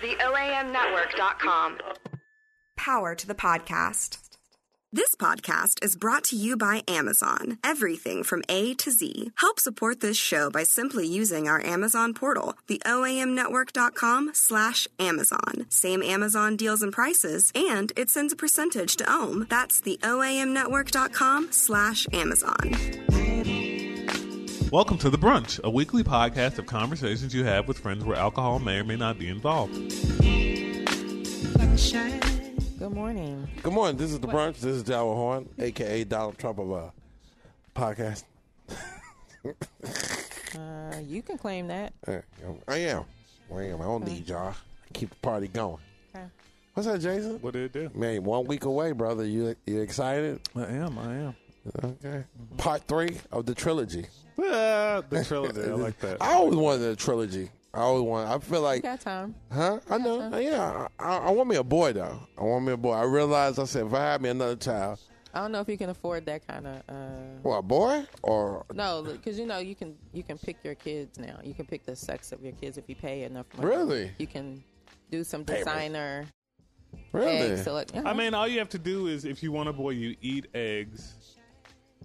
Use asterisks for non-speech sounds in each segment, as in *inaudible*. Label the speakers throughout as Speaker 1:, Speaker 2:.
Speaker 1: the OAMnetwork.com.
Speaker 2: Power to the podcast. This podcast is brought to you by Amazon. Everything from A to Z. Help support this show by simply using our Amazon portal, the OAMnetwork.com slash Amazon. Same Amazon deals and prices, and it sends a percentage to OAM. That's the OAMnetwork.com slash Amazon.
Speaker 3: Welcome to The Brunch, a weekly podcast of conversations you have with friends where alcohol may or may not be involved.
Speaker 4: Good morning.
Speaker 5: Good morning. This is the brunch. This is Daryl Horn, aka Donald Trump of uh, podcast.
Speaker 4: Uh, you can claim that.
Speaker 5: Uh, I am. I am. I don't need y'all. Keep the party going.
Speaker 4: Okay.
Speaker 5: What's up, Jason?
Speaker 3: What did it do?
Speaker 5: Man, one week away, brother. You you excited?
Speaker 3: I am, I am.
Speaker 5: Okay. Part three of the trilogy.
Speaker 3: Ah, the trilogy, I like that.
Speaker 5: I always wanted a trilogy. I always want. I feel like,
Speaker 4: Got time.
Speaker 5: huh? I know. Yeah. I, I want me a boy though. I want me a boy. I realized. I said, if I had me another child,
Speaker 4: I don't know if you can afford that kind of. Uh,
Speaker 5: well, a boy or
Speaker 4: no, because you know you can you can pick your kids now. You can pick the sex of your kids if you pay enough money.
Speaker 5: Really?
Speaker 4: You can do some designer
Speaker 5: really.
Speaker 4: egg select.
Speaker 3: I mean, all you have to do is, if you want a boy, you eat eggs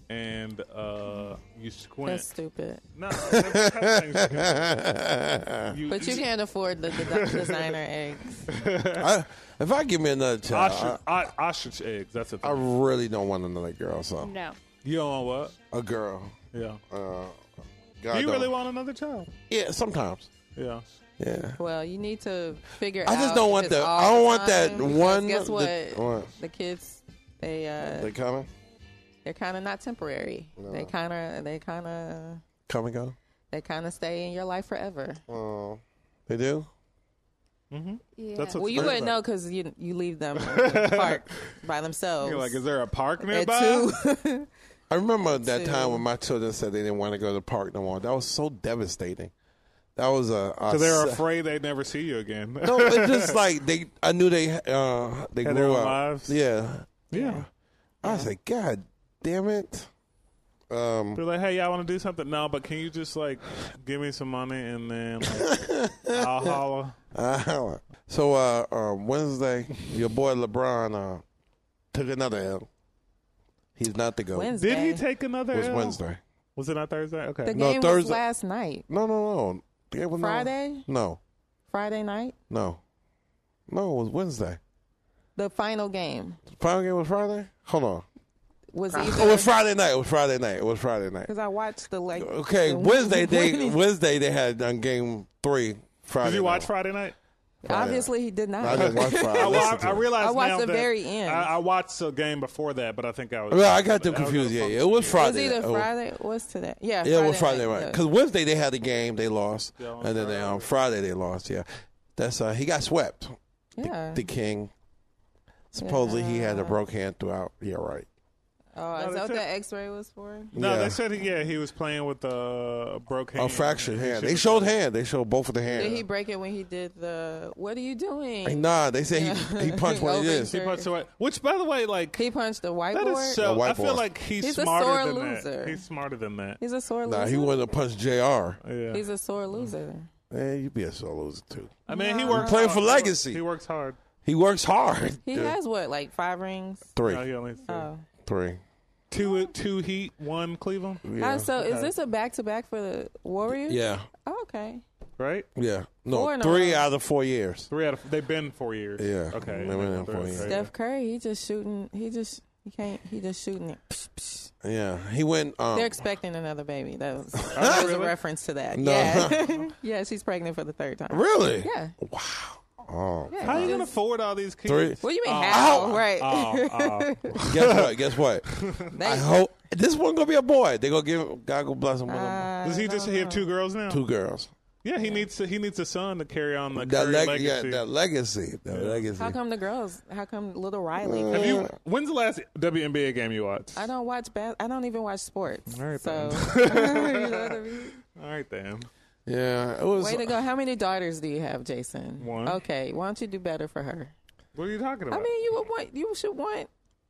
Speaker 3: and uh, you squint.
Speaker 4: *laughs* that's stupid.
Speaker 3: No, that's- that's *laughs* things you
Speaker 4: But you
Speaker 3: eat-
Speaker 4: can't afford the
Speaker 5: *laughs*
Speaker 4: de- designer eggs.
Speaker 5: I, if I give me another child, I,
Speaker 3: Ostrich, o- ostrich eggs. That's a
Speaker 5: I
Speaker 3: thing.
Speaker 5: really don't want another girl. So
Speaker 6: No.
Speaker 3: You don't want what?
Speaker 5: a girl.
Speaker 3: Yeah.
Speaker 5: Uh,
Speaker 3: Do
Speaker 5: God,
Speaker 3: you
Speaker 5: no.
Speaker 3: really want another child?
Speaker 5: Yeah, sometimes.
Speaker 3: Yeah.
Speaker 5: Yeah.
Speaker 4: Well, you need to figure.
Speaker 5: I just
Speaker 4: out
Speaker 5: don't
Speaker 4: if
Speaker 5: want
Speaker 4: it's
Speaker 5: the-
Speaker 4: all
Speaker 5: I don't want that
Speaker 4: time, because
Speaker 5: one-
Speaker 4: Guess
Speaker 5: the-
Speaker 4: what?
Speaker 5: what?
Speaker 4: The kids, they uh,
Speaker 5: They coming,
Speaker 4: they're kind of not temporary. They kind of they kind of
Speaker 5: come and go.
Speaker 4: they kind of stay in your life forever.
Speaker 5: Uh, they do.
Speaker 6: Yeah.
Speaker 3: Mm-hmm. That's what
Speaker 4: Well, you wouldn't know because you you leave
Speaker 3: *laughs*
Speaker 4: them in the park by themselves.
Speaker 3: You're like, is there a park
Speaker 4: At
Speaker 3: nearby? *laughs*
Speaker 4: two.
Speaker 5: I remember that
Speaker 4: Two.
Speaker 5: time when my children said they didn't want to go to the park no more. That was so devastating. That was a. a
Speaker 3: So *laughs* they're
Speaker 5: se-
Speaker 3: afraid they'd never see you again. *laughs*
Speaker 5: no, it's just like they. I knew they. Uh, they
Speaker 3: Had their
Speaker 5: grew
Speaker 3: own
Speaker 5: up.
Speaker 3: lives?
Speaker 5: Yeah.
Speaker 3: yeah.
Speaker 5: I was like, God damn it. Um,
Speaker 3: They're like, hey, y'all want to do something? No, but can you just like give me some money and then like,
Speaker 5: *laughs*
Speaker 3: I'll holler.
Speaker 5: Uh, so uh, uh, Wednesday, your boy LeBron uh, took another L. He's not the
Speaker 4: *laughs*
Speaker 5: goat.
Speaker 4: Wednesday.
Speaker 3: Did he take another?
Speaker 5: It was
Speaker 3: L?
Speaker 5: Wednesday.
Speaker 3: Was it not Thursday?
Speaker 4: the
Speaker 3: Okay.
Speaker 5: No,
Speaker 4: game was
Speaker 5: Thursday.
Speaker 4: last night,
Speaker 5: No, no, no. Yeah, well, no.
Speaker 4: Friday,
Speaker 5: No,
Speaker 4: Friday night,
Speaker 5: no, no. It was Wednesday.
Speaker 4: the final game
Speaker 5: Final game was Friday. Hold on.
Speaker 4: was
Speaker 5: It
Speaker 4: either
Speaker 5: was Friday night. It was Friday night. It was Friday night.
Speaker 4: because I watched the like.
Speaker 5: Okay,
Speaker 4: the- *laughs*
Speaker 5: Wednesday they
Speaker 4: Wednesday.
Speaker 5: Wednesday they had done game three. Friday.
Speaker 3: Did you watch
Speaker 5: night.
Speaker 3: Friday night?
Speaker 4: Obviously, he did
Speaker 5: I
Speaker 4: not.
Speaker 3: *laughs*
Speaker 4: *laughs*
Speaker 5: didn't watch Friday.
Speaker 3: I,
Speaker 5: I,
Speaker 3: wa-
Speaker 5: listened
Speaker 3: I
Speaker 5: to it.
Speaker 3: realized.
Speaker 4: I watched
Speaker 3: now
Speaker 4: the
Speaker 3: that
Speaker 4: very end.
Speaker 3: I, I watched the game before that, but I think I was.
Speaker 5: Well, I got them
Speaker 3: I was
Speaker 5: confused. Yeah,
Speaker 3: gonna
Speaker 5: it was
Speaker 4: it was
Speaker 5: Friday.
Speaker 4: either
Speaker 5: night. Oh.
Speaker 4: Friday. What's today? Yeah,
Speaker 5: Yeah, it was Friday, right?
Speaker 4: yeah.
Speaker 5: Because Wednesday they had the game, they lost,
Speaker 3: Yeah, on
Speaker 5: and then they, on Friday they lost. Yeah, that's uh, he got swept.
Speaker 4: Yeah.
Speaker 5: The king. Supposedly he had a broke hand throughout. Yeah, right.
Speaker 4: Oh, is
Speaker 3: they
Speaker 4: that what
Speaker 3: said-
Speaker 4: that X-ray was for?
Speaker 3: No,
Speaker 5: yeah.
Speaker 3: they said yeah he was playing with uh, a broke hand,
Speaker 5: a fractured hand.
Speaker 3: He
Speaker 5: They
Speaker 3: should-
Speaker 5: showed hand. They showed both of the
Speaker 4: Did he
Speaker 5: hands.
Speaker 4: break it when he did the? What are you doing?
Speaker 5: Hey, nah, they said he
Speaker 4: *laughs*
Speaker 5: he punched one of
Speaker 4: Over
Speaker 5: this.
Speaker 3: He punched away. Which, by the way, like
Speaker 4: He punched the
Speaker 3: that
Speaker 4: whiteboard.
Speaker 3: is so.
Speaker 5: A
Speaker 3: I feel
Speaker 5: whiteboard.
Speaker 3: like he's,
Speaker 4: He's a
Speaker 3: smarter
Speaker 4: sore
Speaker 3: than
Speaker 4: loser.
Speaker 3: that. He's smarter than that.
Speaker 4: He's a sore loser.
Speaker 5: Nah, he wouldn't have punched Jr.
Speaker 3: Yeah.
Speaker 4: He's a sore loser.
Speaker 5: Man, you be a solo loser too.
Speaker 3: I mean, he works
Speaker 5: playing
Speaker 3: hard.
Speaker 5: for
Speaker 3: He works-
Speaker 5: legacy.
Speaker 3: He works hard.
Speaker 5: He works hard.
Speaker 4: He
Speaker 5: Dude.
Speaker 4: has what, like five rings?
Speaker 5: three,
Speaker 3: No, he only has two.
Speaker 4: Oh.
Speaker 5: three.
Speaker 3: Two, two Heat, one Cleveland,
Speaker 4: Uh, so is this a back to back for the Warriors?
Speaker 5: Yeah,
Speaker 4: Oh, okay.
Speaker 3: right?
Speaker 5: yeah.
Speaker 4: Four
Speaker 5: No,
Speaker 4: in a
Speaker 5: three
Speaker 4: row.
Speaker 5: out of four years.
Speaker 3: Three out of they've been four years.
Speaker 5: Yeah.
Speaker 3: Okay.
Speaker 5: They've been in four
Speaker 3: Okay.
Speaker 5: years.
Speaker 4: Steph Curry, he just shooting. He just he can't. He just shooting it. Psh, psh.
Speaker 5: Yeah, he went. Um,
Speaker 4: They're expecting another baby.
Speaker 3: *laughs*
Speaker 4: That was, that was a
Speaker 3: Oh. really?
Speaker 4: reference to that.
Speaker 3: *laughs*
Speaker 5: No.
Speaker 4: Yeah. *laughs* yeah, she's pregnant for the third time.
Speaker 5: really?
Speaker 4: Yeah.
Speaker 5: Oh,
Speaker 4: yeah
Speaker 3: How are
Speaker 4: he
Speaker 3: you gonna
Speaker 4: just-
Speaker 3: afford all these kids?
Speaker 5: three.
Speaker 4: What do you mean? how?
Speaker 5: Ow.
Speaker 4: Right.
Speaker 3: Oh, oh.
Speaker 5: Guess what? Guess what?
Speaker 4: *laughs* They-
Speaker 5: I hope this one gonna be a boy. They gonna give God go bless him with a,
Speaker 4: I
Speaker 3: Does he just
Speaker 4: don't
Speaker 3: have two girls now?
Speaker 5: two girls.
Speaker 3: Yeah, he needs to, he needs a son to carry on the
Speaker 5: That,
Speaker 3: Curry
Speaker 5: leg- yeah,
Speaker 3: legacy.
Speaker 5: that legacy, that legacy.
Speaker 4: How come the girls? How come little Riley?
Speaker 3: Uh. Have you? When's the last WNBA game you watched?
Speaker 4: I don't watch bas- I don't even watch sports.
Speaker 3: All right,
Speaker 4: so *laughs*
Speaker 3: *laughs*
Speaker 4: You know what I mean?
Speaker 3: All right, then.
Speaker 5: yeah, it was.
Speaker 4: way to go. How many daughters do you have, Jason?
Speaker 3: One.
Speaker 4: Okay, why don't you do better for her?
Speaker 3: What are you talking about?
Speaker 4: I mean, you would want you should want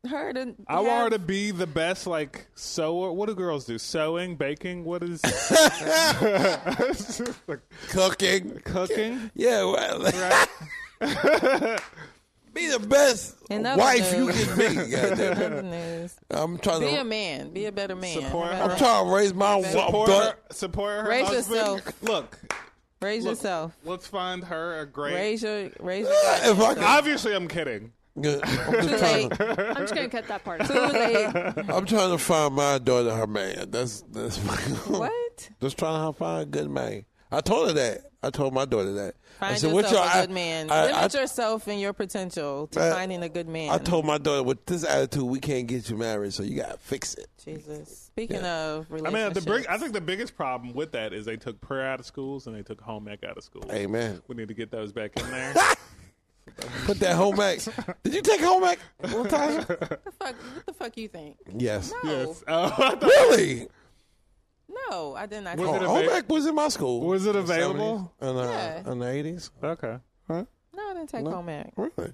Speaker 4: her to.
Speaker 3: I want her
Speaker 4: have-
Speaker 3: to be the best, like sewer. What do girls do? Sewing, baking. What
Speaker 5: *laughs*
Speaker 3: is *laughs*
Speaker 5: cooking.
Speaker 3: cooking?
Speaker 5: Yeah, well, *laughs*
Speaker 3: Right?
Speaker 5: Be the best
Speaker 4: And other
Speaker 5: wife you
Speaker 4: news-
Speaker 5: can be. goddamn.
Speaker 4: Other news.
Speaker 5: I'm trying
Speaker 4: Be a
Speaker 5: to.
Speaker 4: man. Be a better man.
Speaker 3: Support-
Speaker 4: How
Speaker 5: I'm
Speaker 4: about
Speaker 5: trying to raise my
Speaker 3: Support
Speaker 5: daughter.
Speaker 3: her, support her
Speaker 4: Raise
Speaker 3: husband.
Speaker 4: yourself.
Speaker 3: Look,
Speaker 4: that? Raise
Speaker 3: look,
Speaker 4: yourself.
Speaker 3: Let's find her a great.
Speaker 4: Raise your raise your
Speaker 5: If I could,
Speaker 3: Obviously, I'm kidding.
Speaker 5: I'm,
Speaker 4: too
Speaker 5: just trying
Speaker 4: late.
Speaker 5: to,
Speaker 6: I'm just gonna cut that part.
Speaker 4: Too late.
Speaker 6: *laughs*
Speaker 5: I'm trying to find my daughter her man. That's that's *laughs* my
Speaker 4: What?
Speaker 5: Just trying to find a good man. I told her that. I told my daughter that. I
Speaker 4: Find
Speaker 5: said,
Speaker 4: yourself
Speaker 5: "What's your
Speaker 4: a
Speaker 5: I-
Speaker 4: good man.
Speaker 5: I,
Speaker 4: Limit
Speaker 5: I-
Speaker 4: yourself and your potential to
Speaker 5: I-
Speaker 4: finding a good man.
Speaker 5: I told my daughter with this attitude, we can't get you married, so you gotta fix it.
Speaker 4: Jesus. Speaking
Speaker 5: Yeah.
Speaker 4: of
Speaker 3: I
Speaker 4: relationships,
Speaker 3: mean, the big, I think the biggest problem with that is they took prayer out of schools and they took home ec out of schools.
Speaker 5: Amen.
Speaker 3: We need to get those back in
Speaker 5: *laughs*
Speaker 3: there. *laughs*
Speaker 5: Put that home ec.
Speaker 4: *laughs*
Speaker 5: Did you take home ec?
Speaker 3: *laughs*
Speaker 5: Well, Tasha?
Speaker 4: fuck, what the fuck you think?
Speaker 5: Yes.
Speaker 3: yes. Oh, I thought-
Speaker 5: Really?
Speaker 4: No, I did not.
Speaker 3: Was
Speaker 5: Oh,
Speaker 3: it a-
Speaker 5: home ec was in my school.
Speaker 3: Was it
Speaker 5: In the
Speaker 3: available?
Speaker 5: 70s, in the-
Speaker 4: Yeah.
Speaker 5: in the eighties?
Speaker 3: okay.
Speaker 4: no, I didn't take home ec.
Speaker 5: Really?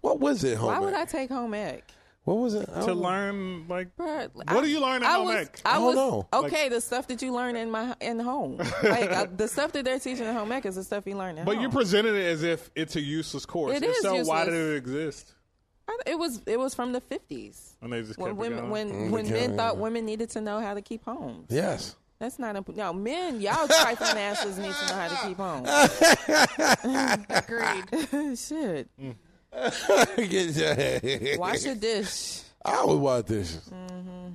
Speaker 5: What was it,
Speaker 3: Oh,
Speaker 5: home
Speaker 4: Why would
Speaker 5: ec?
Speaker 4: I take home ec?
Speaker 5: What was it? I
Speaker 3: To
Speaker 5: don't-
Speaker 3: learn, like,
Speaker 4: Bruh,
Speaker 3: What do you learn at
Speaker 4: I
Speaker 3: home
Speaker 4: was,
Speaker 3: ec?
Speaker 4: I,
Speaker 5: I don't
Speaker 4: was,
Speaker 5: know.
Speaker 4: Okay, the stuff that you learn in my in
Speaker 3: *laughs*
Speaker 4: home, like I, the stuff that they're teaching at home ec is the stuff you learn at
Speaker 3: but
Speaker 4: home.
Speaker 3: you presented it as if it's a useless course.
Speaker 4: It
Speaker 3: If
Speaker 4: is
Speaker 3: so why did
Speaker 4: useless.
Speaker 3: it exist?
Speaker 4: I- it was it was from the fifties
Speaker 3: And they just kept
Speaker 4: when
Speaker 3: it
Speaker 4: women,
Speaker 3: going.
Speaker 4: when
Speaker 5: Mm,
Speaker 4: when
Speaker 5: okay,
Speaker 4: men thought
Speaker 5: yeah.
Speaker 4: women needed to know how to keep homes.
Speaker 5: Yes. *laughs*
Speaker 4: That's not important. No, men, y'all trifling asses need to know how to keep
Speaker 5: *laughs*
Speaker 4: homes. *laughs* Shit, wash your dish.
Speaker 5: I always wash dishes.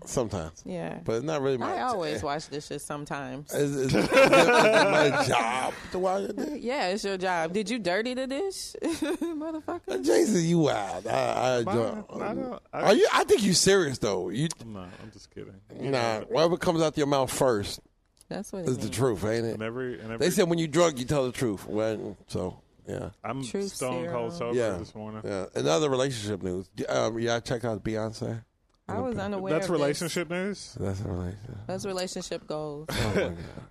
Speaker 5: Sometimes.
Speaker 4: Yeah,
Speaker 5: But it's not really my *laughs*
Speaker 4: I always wash dishes sometimes.
Speaker 5: It's, it's,
Speaker 3: *laughs*
Speaker 5: it's my job to wash your dish.
Speaker 4: Yeah, it's your job. Did you dirty the dish, *laughs* motherfucker?
Speaker 5: Jason, you wild. I, I enjoy.
Speaker 3: I don't- I-
Speaker 5: Are you? I think you serious though. You
Speaker 3: No, I'm just kidding.
Speaker 5: nah. Whatever comes out your mouth first
Speaker 4: That's what it
Speaker 5: is
Speaker 3: Mm-hmm.
Speaker 5: the
Speaker 4: means.
Speaker 5: truth, ain't it?
Speaker 3: And every, and every
Speaker 5: They said when you drunk, you tell the truth. Well, so yeah,
Speaker 3: I'm
Speaker 4: Truth
Speaker 3: stone cold
Speaker 4: serum.
Speaker 3: sober
Speaker 5: yeah.
Speaker 3: this morning.
Speaker 5: Yeah. Another relationship news. Um, y'all check out Beyonce.
Speaker 4: I was unaware.
Speaker 3: That's
Speaker 4: of this.
Speaker 3: relationship news.
Speaker 5: That's a relationship.
Speaker 4: That's relationship goals.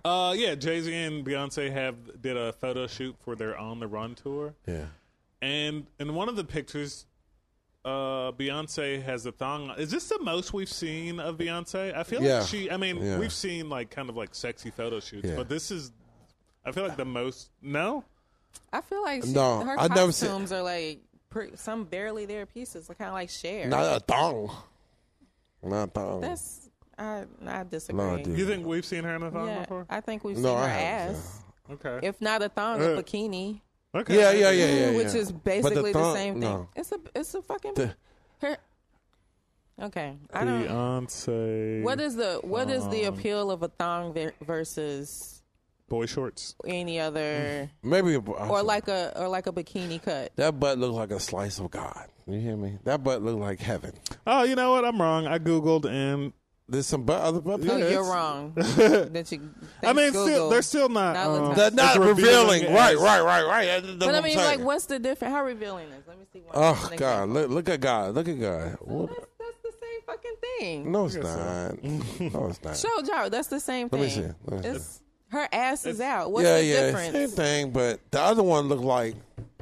Speaker 3: Uh, yeah, Jay Z and Beyonce have did a photo shoot for their On the Run tour,
Speaker 5: Yeah.
Speaker 3: and in one of the pictures, uh, Beyonce has a thong. on. Is this the most we've seen of Beyonce? I feel
Speaker 5: Yeah.
Speaker 3: like she. I mean,
Speaker 5: Yeah.
Speaker 3: we've seen like kind of like sexy photo shoots,
Speaker 5: Yeah.
Speaker 3: but this is. I feel like the most. No,
Speaker 4: I feel like she,
Speaker 5: No,
Speaker 4: her
Speaker 5: I never said-
Speaker 4: costumes are like pre, some barely there pieces, kind of like share.
Speaker 5: Not a thong. Not a thong.
Speaker 4: That's I I disagree.
Speaker 5: No, I do.
Speaker 3: you think we've seen her in a thong
Speaker 4: Yeah,
Speaker 3: before?
Speaker 4: I think we've
Speaker 5: No,
Speaker 4: seen
Speaker 5: I
Speaker 4: her
Speaker 5: haven't,
Speaker 4: ass.
Speaker 3: Okay.
Speaker 4: If not a thong,
Speaker 3: Uh,
Speaker 4: a bikini,
Speaker 3: okay.
Speaker 5: yeah, yeah, yeah, yeah, yeah.
Speaker 4: which is
Speaker 5: But
Speaker 4: basically the,
Speaker 5: thong-
Speaker 4: same thing.
Speaker 5: no.
Speaker 4: It's a it's a fucking
Speaker 5: The-
Speaker 4: her. Okay, I don't.
Speaker 3: Beyonce.
Speaker 4: What is the what is the
Speaker 3: Um,
Speaker 4: appeal of a thong ver- versus
Speaker 3: boy shorts?
Speaker 4: any other
Speaker 5: Maybe.
Speaker 4: or like a or like a bikini cut?
Speaker 5: that butt looked like a slice of God. You hear me? That butt looked like heaven.
Speaker 3: Oh, you know what? I'm wrong. I googled and
Speaker 5: There's some butt, other butt.
Speaker 4: Oh,
Speaker 5: pics?
Speaker 4: you're
Speaker 5: *laughs*
Speaker 4: wrong. that you.
Speaker 3: I mean,
Speaker 4: thanks,
Speaker 3: still,
Speaker 4: Google.
Speaker 3: they're still not.
Speaker 4: Not
Speaker 3: um,
Speaker 4: Latasha.
Speaker 5: They're not
Speaker 3: it's
Speaker 5: revealing.
Speaker 3: it
Speaker 5: Right,
Speaker 3: as-
Speaker 5: right, right, right. That's what
Speaker 4: But I
Speaker 5: I'm
Speaker 4: mean, like,
Speaker 5: saying.
Speaker 4: what's the difference? How revealing is? Let me see. One
Speaker 5: Oh
Speaker 4: an
Speaker 5: God!
Speaker 4: example.
Speaker 5: Look, look at God! Look at God! What?
Speaker 4: That's, that's the same fucking thing.
Speaker 5: No, it's not. No, it's not.
Speaker 4: Show Joe, that's the same thing.
Speaker 5: Let me see. Let me see.
Speaker 4: It's, her ass is out. What's
Speaker 5: yeah,
Speaker 4: the
Speaker 5: yeah,
Speaker 4: difference?
Speaker 5: same thing. But the other one looked like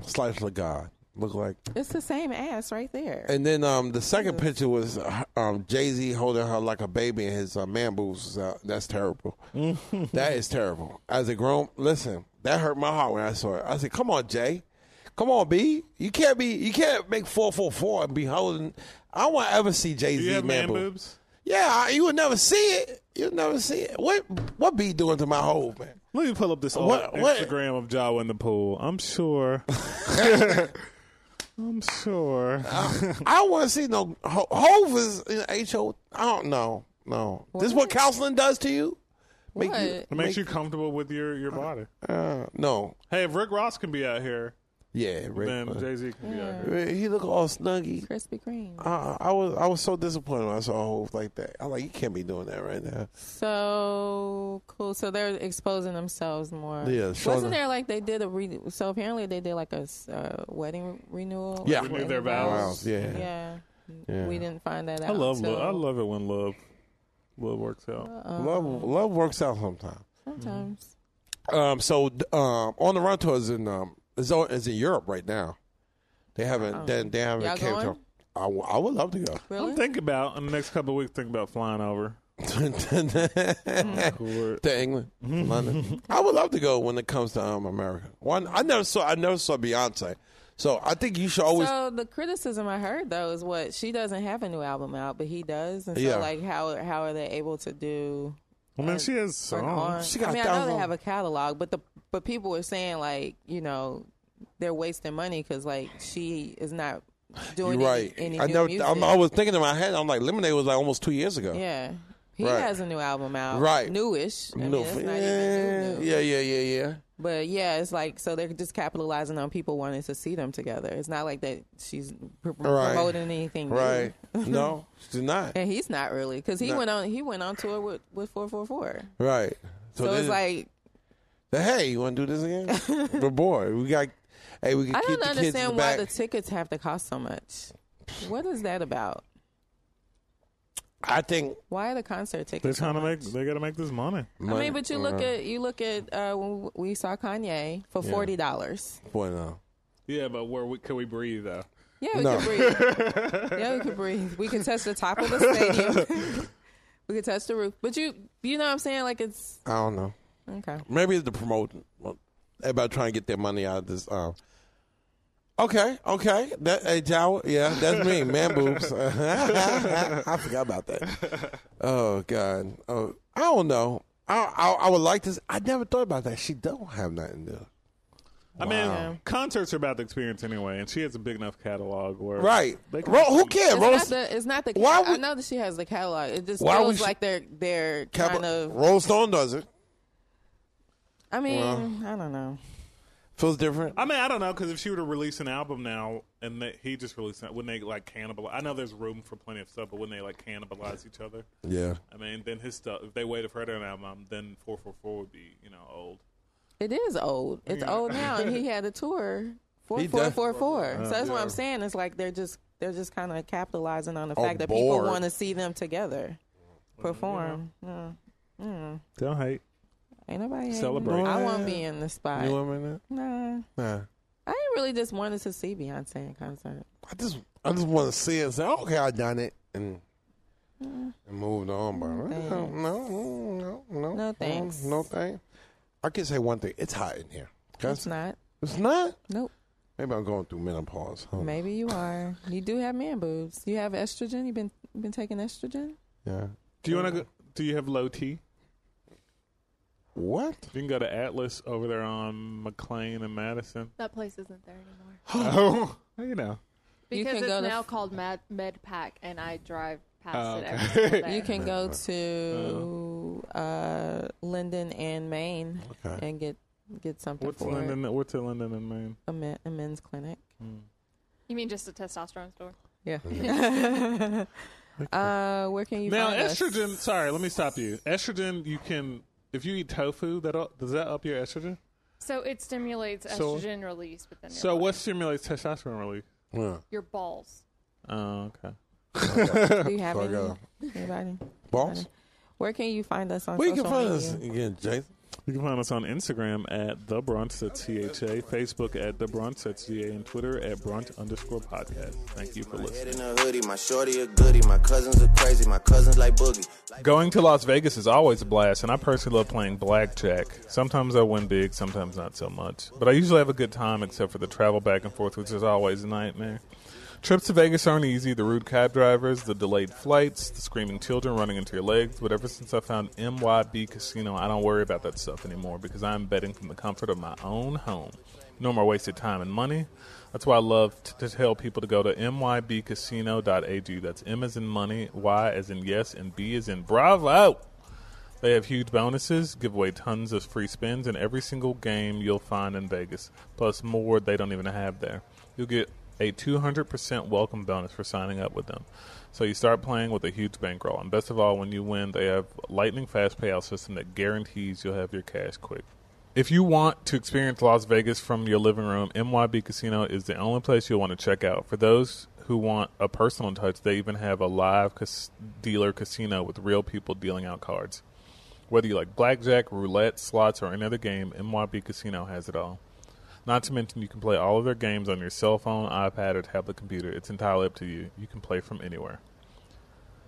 Speaker 5: slice of God. Looked like.
Speaker 4: It's the same ass right there.
Speaker 5: And then um, the second picture was uh, um, Jay Z holding her like a baby, and his uh, man boobs. was out. that's *laughs* terrible. that is terrible. As a grown, listen, that hurt my heart when I saw it. I said, "Come on, Jay, come on, B. You can't be. You can't make four four four and be holding. I won't ever see Jay
Speaker 3: Do you
Speaker 5: Z
Speaker 3: have
Speaker 5: man
Speaker 3: man
Speaker 5: boobs.
Speaker 3: boobs?
Speaker 5: Yeah, I- you would never see it. You'd never see it. What what B doing to my hole, man?
Speaker 3: Let me pull up this old
Speaker 5: What- what-
Speaker 3: Instagram of Jawa in the pool. I'm sure. I'm sure.
Speaker 5: I don't want to see no ho- Hove is you know, H O. I don't know. No, this is what counseling does to you. Make you
Speaker 3: It makes you comfortable with your, your body.
Speaker 5: uh, no.
Speaker 3: Hey, if Rick Ross can be out here,
Speaker 5: Yeah, Rick.
Speaker 3: then Jay Z can be out here.
Speaker 5: Rick, he look all snuggy.
Speaker 4: Krispy Kreme.
Speaker 5: Uh, I was I was so disappointed when I saw Hove like that. I'm like, you can't be doing that right now.
Speaker 4: So cool. So they're exposing themselves more.
Speaker 5: Yeah, showing
Speaker 4: Wasn't
Speaker 5: the-
Speaker 4: there like they did a re- so apparently they did like a uh, wedding renewal.
Speaker 5: Yeah.
Speaker 3: Renew
Speaker 4: Renewed
Speaker 3: their vows.
Speaker 5: Yeah.
Speaker 4: Yeah.
Speaker 5: Yeah.
Speaker 4: We didn't find that out.
Speaker 3: I love love.
Speaker 4: till-
Speaker 3: I love it when love love works out.
Speaker 4: uh,
Speaker 5: Love love works out sometimes.
Speaker 4: sometimes.
Speaker 5: Um, so d- um, on the run tour is in um, is, o- is in Europe right now. They haven't they, they haven't
Speaker 4: Oh. Y'all
Speaker 5: came
Speaker 4: going?
Speaker 5: to. I, w- I would love to go.
Speaker 4: Really?
Speaker 3: I'm thinking about in the next couple of weeks. Think about flying over.
Speaker 5: *laughs* to
Speaker 3: Or-
Speaker 5: England, London. I would love to go when it comes to um, America. One, I never saw I never saw Beyonce, So I think you should always.
Speaker 4: so the criticism I heard though is what she doesn't have a new album out, but he does, and so
Speaker 5: Yeah.
Speaker 4: like how how are they able to do?
Speaker 3: I mean, she has
Speaker 4: an on-
Speaker 3: songs.
Speaker 5: Oh, She got
Speaker 4: I mean,
Speaker 5: a
Speaker 4: I know
Speaker 5: thousand-
Speaker 4: they have a catalog, but the but people are saying like you know they're wasting money because like she is not doing
Speaker 5: you're
Speaker 4: any-
Speaker 5: right.
Speaker 4: any,
Speaker 5: I
Speaker 4: new
Speaker 5: never.
Speaker 4: music.
Speaker 5: I'm, I was thinking in my head. I'm like, Lemonade was like almost two years ago.
Speaker 4: yeah. He
Speaker 5: Right.
Speaker 4: has a new album out,
Speaker 5: Right.
Speaker 4: Newish. I mean,
Speaker 5: No,
Speaker 4: it's not even
Speaker 5: yeah,
Speaker 4: new, new.
Speaker 5: yeah, yeah, yeah, yeah.
Speaker 4: But yeah, it's like so they're just capitalizing on people wanting to see them together. It's not like that she's pr-
Speaker 5: Right.
Speaker 4: promoting anything, new. *laughs*
Speaker 5: Right. no, she's not.
Speaker 4: And he's not really because he
Speaker 5: No.
Speaker 4: went on he went on tour with with four four four.
Speaker 5: Right.
Speaker 4: So
Speaker 5: this
Speaker 4: it's
Speaker 5: is-
Speaker 4: like
Speaker 5: the- hey, you want to do
Speaker 4: *laughs*
Speaker 5: this again? We're bored. We got. Hey, we can
Speaker 4: I don't
Speaker 5: keep the kids in the
Speaker 4: understand why
Speaker 5: back.
Speaker 4: the tickets have to cost so much. What is that about?
Speaker 5: I think.
Speaker 4: Why are the concert
Speaker 3: They're
Speaker 4: tickets? so
Speaker 3: trying to
Speaker 4: much?
Speaker 3: make. They got to make this money.
Speaker 4: I mean, but you look at you look at uh, when we saw Kanye for forty dollars.
Speaker 5: Boy, no.
Speaker 3: Yeah, but where we, could we breathe though?
Speaker 4: Yeah, we
Speaker 5: No.
Speaker 4: could breathe.
Speaker 5: *laughs*
Speaker 4: yeah, we could breathe. We could touch the top of the stadium. *laughs* we could touch the roof. But you, you know what I'm saying? Like it's
Speaker 5: I don't know.
Speaker 4: okay.
Speaker 5: Maybe it's the promoting. Everybody trying to get their money out of this. Um. Okay, okay. That hey, Jawa, yeah, that's me, man boobs. *laughs* I forgot about that. Oh God. Oh, I don't know. I, I I would like this. I never thought about that. She don't have nothing to.
Speaker 3: I mean, concerts are about the experience anyway, and she has a big enough catalog where
Speaker 5: Right.
Speaker 3: They can-
Speaker 5: Ro- who cares?
Speaker 4: It's
Speaker 5: Roll,
Speaker 4: not the. It's not the.
Speaker 5: Why
Speaker 4: I
Speaker 5: would-
Speaker 4: know that she has the catalog. It just
Speaker 5: Why would
Speaker 4: feels
Speaker 5: she-
Speaker 4: like they're they're
Speaker 5: Cap-
Speaker 4: kind of.
Speaker 5: Rolling Stone does it.
Speaker 4: I mean, I don't know.
Speaker 5: Feels different.
Speaker 3: I mean, I don't know because if she were to release an album now and that he just released it, wouldn't they like cannibalize? I know there's room for plenty of stuff, but wouldn't they like cannibalize each other?
Speaker 5: Yeah.
Speaker 3: I mean, then his stuff. If they waited for her to an album, then four four four would be you know old.
Speaker 4: It is old. It's old now, and he had a tour four
Speaker 5: *laughs* He Uh,
Speaker 4: four
Speaker 5: def-
Speaker 4: four four. So that's what I'm saying. It's like they're just they're just kind of capitalizing on the
Speaker 5: Oh,
Speaker 4: fact that
Speaker 5: bored.
Speaker 4: people want to see them together perform. Yeah.
Speaker 3: Don't hate.
Speaker 4: Ain't nobody hating.
Speaker 3: Celebrate.
Speaker 4: I won't be in the spot.
Speaker 5: You want me to?
Speaker 4: Nah,
Speaker 5: Nah.
Speaker 4: I ain't really just wanted to see Beyonce in concert.
Speaker 5: I just I just want to see it. and Say okay, I done it and
Speaker 4: Mm.
Speaker 5: and moved on. But no, no, no, no,
Speaker 4: No thanks.
Speaker 5: No, thanks. I can say one thing. It's hot in here. That's-
Speaker 4: It's not.
Speaker 5: It's not.
Speaker 4: Nope.
Speaker 5: Maybe I'm going through menopause. Huh?
Speaker 4: Maybe you are. You do have man boobs. You have estrogen. You been been taking estrogen?
Speaker 5: Yeah.
Speaker 3: Do you want to? Do you have low T?
Speaker 5: What?
Speaker 3: You can go to Atlas over there on McLean and *gasps* Madison. *laughs*
Speaker 6: That place isn't there anymore
Speaker 3: oh, you know.
Speaker 4: You
Speaker 6: because
Speaker 4: can go
Speaker 6: it's
Speaker 4: to
Speaker 6: now
Speaker 4: f-
Speaker 6: called Mad Med Pack, and I drive past
Speaker 3: Oh,
Speaker 6: it
Speaker 3: okay.
Speaker 6: every
Speaker 3: *laughs*
Speaker 6: single day.
Speaker 4: You can go to uh, Linden and Maine
Speaker 5: Okay.
Speaker 4: and get get something
Speaker 3: What's
Speaker 4: for it.
Speaker 3: London? What's in London and Maine?
Speaker 4: A, men, a men's clinic.
Speaker 3: Hmm.
Speaker 6: You mean just a testosterone store?
Speaker 4: Yeah. *laughs* uh, where can you
Speaker 3: Now
Speaker 4: find us?
Speaker 3: estrogen. Sorry, let me stop you. Estrogen, you can if you eat tofu. That does that up your estrogen?
Speaker 6: So it stimulates
Speaker 3: So-
Speaker 6: estrogen release, but then
Speaker 3: So what stimulates testosterone release?
Speaker 5: Yeah.
Speaker 6: your balls.
Speaker 3: Oh, okay.
Speaker 4: Do you have
Speaker 5: Fuck
Speaker 4: any?
Speaker 5: off.
Speaker 4: Anybody?
Speaker 5: Boss?
Speaker 4: Where can you find us on
Speaker 5: Where you
Speaker 4: social
Speaker 5: can find
Speaker 4: media?
Speaker 5: us again, Jason?
Speaker 3: You can find us on Instagram at the Brunt at CHA, Facebook at the Brunt at CA, and Twitter at Brunt underscore podcast. Thank you for listening.
Speaker 7: Head in a hoodie, my shorty a goodie, my cousins are crazy, my cousins like boogie.
Speaker 3: Going to Las Vegas is always a blast, and I personally love playing blackjack. Sometimes I win big, sometimes not so much. But I usually have a good time, except for the travel back and forth, which is always a nightmare. Trips to Vegas aren't easy the rude cab drivers, the delayed flights, the screaming children running into your legs. But ever since I found MYB Casino, I don't worry about that stuff anymore because I'm betting from the comfort of my own home. No more wasted time and money. That's why I love t- to tell people to go to mybcasino.ag. That's M as in money, Y as in yes, and B as in bravo. They have huge bonuses, give away tons of free spins, and every single game you'll find in Vegas, plus more they don't even have there. You'll get a 200% welcome bonus for signing up with them. So you start playing with a huge bankroll. And best of all, when you win, they have a lightning fast payout system that guarantees you'll have your cash quick. If you want to experience Las Vegas from your living room, MYB Casino is the only place you'll want to check out. For those who want a personal touch, they even have a live cas- dealer casino with real people dealing out cards. Whether you like blackjack, roulette, slots, or any other game, MYB Casino has it all. Not to mention, you can play all of their games on your cell phone, iPad, or tablet computer. It's entirely up to you. You can play from anywhere.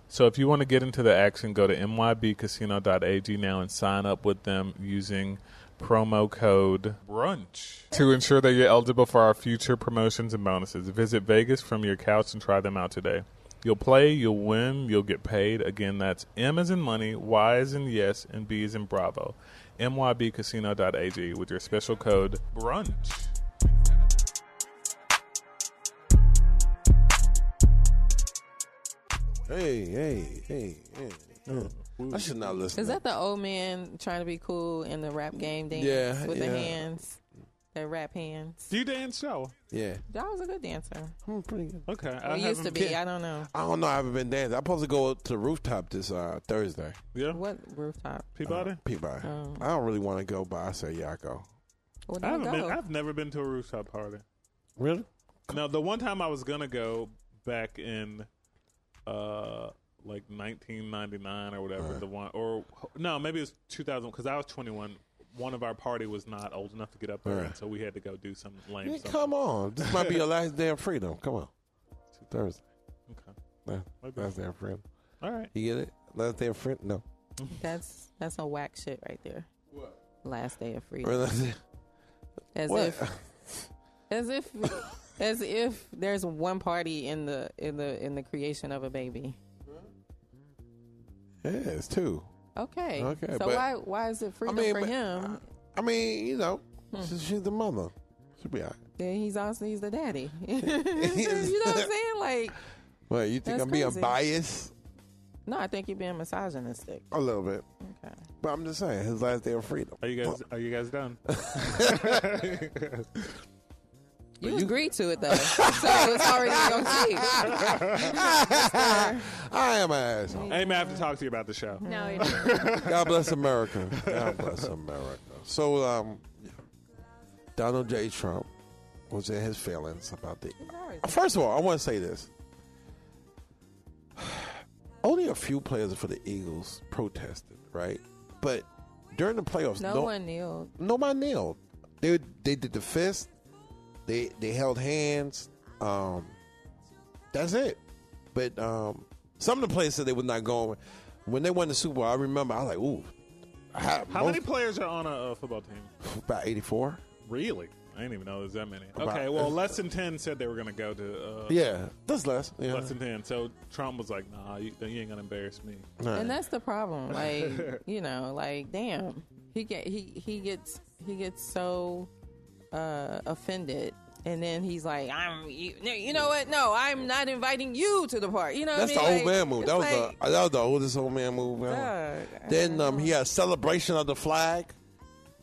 Speaker 3: So if you want to get into the action, go to mybcasino.ag now and sign up with them using promo code brunch to ensure that you're eligible for our future promotions and bonuses. Visit Vegas from your couch and try them out today. You'll play, you'll win, you'll get paid. Again, that's M as in money, Y as in yes, and B as in bravo. MYBCasino.ag with your special code brunch.
Speaker 5: Hey, hey, hey, hey. I should not listen.
Speaker 4: Is
Speaker 5: to
Speaker 4: that the old man trying to be cool in the rap game dance
Speaker 5: Yeah,
Speaker 4: with
Speaker 5: yeah.
Speaker 4: the hands, the rap hands?
Speaker 3: Do you dance show?
Speaker 5: Yeah,
Speaker 4: That was a good dancer.
Speaker 5: I'm pretty good.
Speaker 3: Okay.
Speaker 4: I
Speaker 3: I
Speaker 4: used to
Speaker 3: haven't-
Speaker 4: be. I don't know
Speaker 5: I don't know. I haven't been dancing. I'm supposed to go to the rooftop this uh, Thursday.
Speaker 3: Yeah.
Speaker 4: what rooftop.
Speaker 3: Peabody?
Speaker 5: Peabody.
Speaker 4: Oh.
Speaker 5: I don't really want to go, but I say yeah, I go.
Speaker 4: Well,
Speaker 3: I
Speaker 4: don't
Speaker 3: haven't been,
Speaker 4: go.
Speaker 3: I've never been to a rooftop party.
Speaker 5: Really?
Speaker 3: No, the one time I was gonna go back in, uh, like 1999 or whatever. The one or no, maybe it was 2000 because I was 21. One of our party was not old enough to get up there,
Speaker 5: Alright.
Speaker 3: so we had to go do some lame.
Speaker 5: Yeah,
Speaker 3: something.
Speaker 5: come on. This might be your last day of freedom. Come on. Thursday.
Speaker 3: Okay.
Speaker 5: Yeah,
Speaker 3: Maybe.
Speaker 5: Last day of freedom.
Speaker 3: All right.
Speaker 5: You get it? Last day of freedom? No.
Speaker 4: That's that's a whack shit right there. Last day of
Speaker 5: Or
Speaker 4: freedom.
Speaker 5: last day-
Speaker 4: As
Speaker 5: What? *laughs*
Speaker 4: if as if as if there's one party in the in the in the creation of a baby.
Speaker 5: Yeah, it's two.
Speaker 4: Okay.
Speaker 5: Okay,
Speaker 4: So
Speaker 5: but-
Speaker 4: why why is it freedom for
Speaker 5: but-
Speaker 4: him? Hmm.
Speaker 5: I, I mean, you know, she- she's the mother. She'll be all right.
Speaker 4: Then he's also he's the
Speaker 5: *laughs*
Speaker 4: daddy. *laughs* you know what I'm saying? Like,
Speaker 5: Well, you think
Speaker 4: That's
Speaker 5: I'm being
Speaker 4: crazy.
Speaker 5: biased?
Speaker 4: no, I think you're being misogynistic.
Speaker 5: A little bit.
Speaker 4: Okay.
Speaker 5: But I'm just saying, his last day of freedom.
Speaker 3: *laughs* Are you guys? Are you guys
Speaker 5: *laughs*
Speaker 3: done?
Speaker 4: You, agreed to it though, *laughs* so it's already on
Speaker 5: *laughs*
Speaker 4: cheek.
Speaker 5: I am an asshole.
Speaker 3: hey, man, I have to talk to you about the
Speaker 4: Mm.
Speaker 3: show.
Speaker 6: No,
Speaker 4: *laughs*
Speaker 6: you don't.
Speaker 5: God bless America. God bless America. So, um, Donald J. Trump was in his feelings about the. First of all, I want to say this. *sighs* Only a few players for the Eagles protested, right? But during the playoffs,
Speaker 4: No
Speaker 5: no
Speaker 4: one knew.
Speaker 5: nobody kneeled. They they did the fist. They they held hands. Um, that's it. But um, some of the players said they were not going. When they won the Super Bowl, I remember I was like, ooh, how,
Speaker 3: How many players are on a uh, football team?
Speaker 5: About eighty four.
Speaker 3: Really? I didn't even know there's that many.
Speaker 5: About-
Speaker 3: Okay. Well, less than ten said they were gonna go to. Uh,
Speaker 5: Yeah, that's less. Yeah,
Speaker 3: Less than ten. So Trump was like, "Nah, you, you ain't gonna embarrass me."
Speaker 5: Nah.
Speaker 4: And that's the problem.
Speaker 5: *laughs*
Speaker 4: Like, you know, like damn, he get he he gets he gets so uh offended. And then he's like, "I'm, you, no, you know what? No, I'm not inviting you to the party." You know,
Speaker 5: That's the
Speaker 4: what I mean?
Speaker 5: old
Speaker 4: Like,
Speaker 5: man move. That was
Speaker 4: it's
Speaker 5: *laughs*
Speaker 4: like,
Speaker 5: the that was the oldest old man move. ever.
Speaker 4: Dog,
Speaker 5: Then um, he had a celebration of the flag.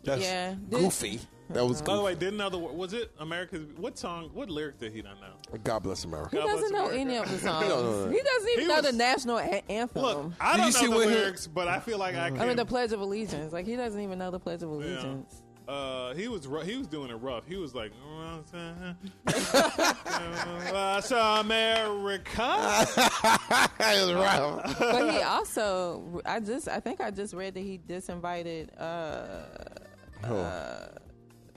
Speaker 5: That's
Speaker 4: Yeah. This-
Speaker 5: goofy. That was
Speaker 3: By the
Speaker 5: goofy.
Speaker 3: way, didn't know the wor- was it America's what song? What lyric did he not know?
Speaker 5: God bless America.
Speaker 4: he
Speaker 5: *laughs*
Speaker 3: God bless
Speaker 4: doesn't know
Speaker 3: America.
Speaker 4: any of the songs.
Speaker 5: no, no.
Speaker 4: He doesn't even
Speaker 3: He
Speaker 4: know
Speaker 3: was-
Speaker 4: the national a- anthem.
Speaker 3: Look, I don't
Speaker 5: Did you
Speaker 3: know
Speaker 5: see
Speaker 3: the
Speaker 5: what he- Uh-huh.
Speaker 3: lyrics, but I feel like I can.
Speaker 4: I mean, the Pledge of Allegiance. Like he doesn't even know the Pledge of Allegiance.
Speaker 3: uh, he was ru- he was doing it rough. He was like,
Speaker 4: *laughs*
Speaker 3: uh, so America.
Speaker 5: That was rough.
Speaker 4: but he also, I just, I think I just read that he disinvited uh,
Speaker 3: Uh,